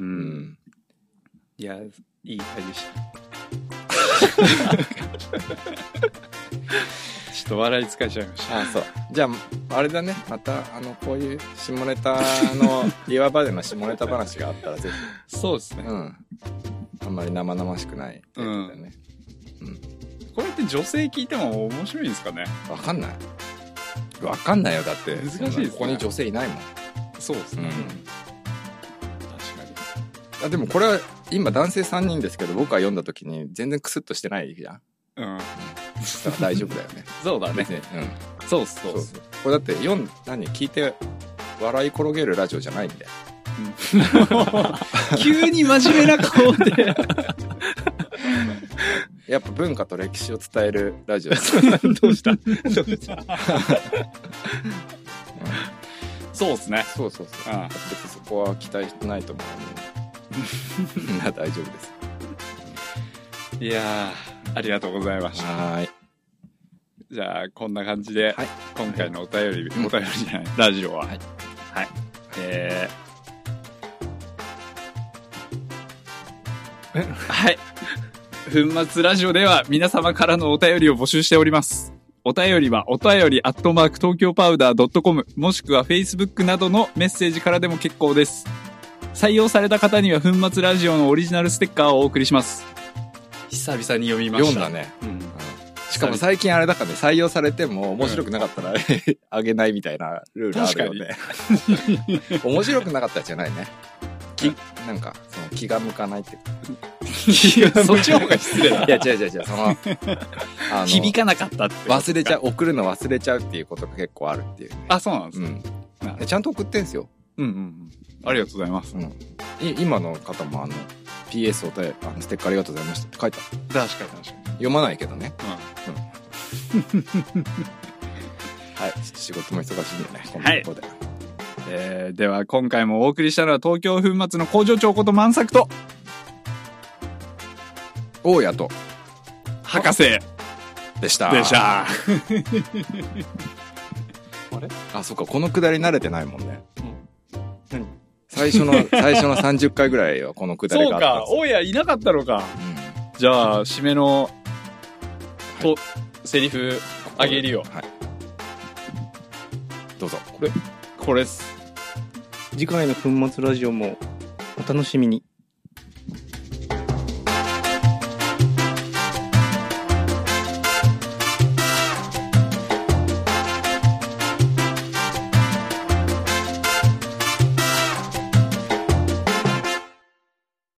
Speaker 1: う
Speaker 2: うんん。
Speaker 1: いやいい回でした [LAUGHS] ちょっと笑い疲れちゃいまし
Speaker 2: ああ、そう。じゃあ、あれだね。また、あの、こういう下ネタの、岩場での下ネタ話があったらぜ
Speaker 1: たそうですね
Speaker 2: ひ。うん。あんまり生々しくない。
Speaker 1: うん
Speaker 2: ね。
Speaker 1: これって女性聞いても面白いんですかね
Speaker 2: わかんない。わかんないよ、だって。
Speaker 1: 難しいですね
Speaker 2: ここに女性いないもん。
Speaker 1: そうです
Speaker 2: ね
Speaker 1: 確かに
Speaker 2: あでもこれは今男性3人ですけど僕は読んだ時に全然クスッとしてないじゃん
Speaker 1: うん、
Speaker 2: だから大丈夫だよね
Speaker 1: そう [LAUGHS] だね
Speaker 2: 別に、うん、
Speaker 1: そうっすそう
Speaker 2: そ
Speaker 1: っ
Speaker 2: う
Speaker 1: す
Speaker 2: そうこれだって読ん何聞いて笑い転げるラジオじゃないんだよ
Speaker 1: 急に真面目な顔で
Speaker 2: やっぱ文化と歴史を伝えるラ
Speaker 1: [LAUGHS]
Speaker 2: ジオです
Speaker 1: どうしたどうした [LAUGHS] そうっすね
Speaker 2: そう [LAUGHS] そうそう
Speaker 1: ああ
Speaker 2: 別にそこは期待してないと思う
Speaker 1: [LAUGHS]
Speaker 2: のでみんな大丈夫です
Speaker 1: いやーありがとうございました
Speaker 2: はーい
Speaker 1: じゃあこんな感じで、
Speaker 2: はい
Speaker 1: 今回のお便り、
Speaker 2: ん
Speaker 1: お便りじゃないラジオはは
Speaker 2: はい
Speaker 1: い、えーはい [LAUGHS] 粉末ラジオでは皆様からのお便りを募集しておりますお便りはお便りアットマーク東京パウダー .com もしくは Facebook などのメッセージからでも結構です採用された方には粉末ラジオのオリジナルステッカーをお送りします久々に読みま
Speaker 2: 読んだね、
Speaker 1: [LAUGHS] うん
Speaker 2: しかも最近あれだからね採用されても面白くなかったら [LAUGHS] あげないみたいなルールあるよね [LAUGHS] 面白くなかったじゃないねきなんかその気が向かないっていうか
Speaker 1: そっちの方が失礼だ。
Speaker 2: いや違う違う違う
Speaker 1: [LAUGHS]
Speaker 2: そのあの
Speaker 1: 響かなかったって。
Speaker 2: 忘れちゃう送るの忘れちゃうっていうことが結構あるっていう、ね、
Speaker 1: あ、そうなんです
Speaker 2: う
Speaker 1: ね。
Speaker 2: んでちゃんと送ってんすよ
Speaker 1: うんうんうん。ありがとうございます。
Speaker 2: い今の方もあの PS お便りあのステッカーありがとうございましたって書いてある
Speaker 1: 確かに確かに。
Speaker 2: 読まないけどね
Speaker 1: う
Speaker 2: はい仕事も忙しいんでねこん
Speaker 1: は
Speaker 2: ないとこで、
Speaker 1: えーでは今回もお送りしたのは東京粉末の工場長こと満作と
Speaker 2: 大家と
Speaker 1: 博士
Speaker 2: でした
Speaker 1: でした。
Speaker 2: あそっかこのくだり慣れてないもんね、最初の
Speaker 1: [LAUGHS]
Speaker 2: 最初の30回ぐらいはこのくだり
Speaker 1: そう
Speaker 2: があ
Speaker 1: か
Speaker 2: っ、たんで
Speaker 1: 大家いなかったのか。
Speaker 2: すようん
Speaker 1: じゃあ、締めの、と、セリフあげるよ。
Speaker 2: はいどうぞ
Speaker 1: これっす。
Speaker 8: 次回の粉末ラジオもお楽しみに。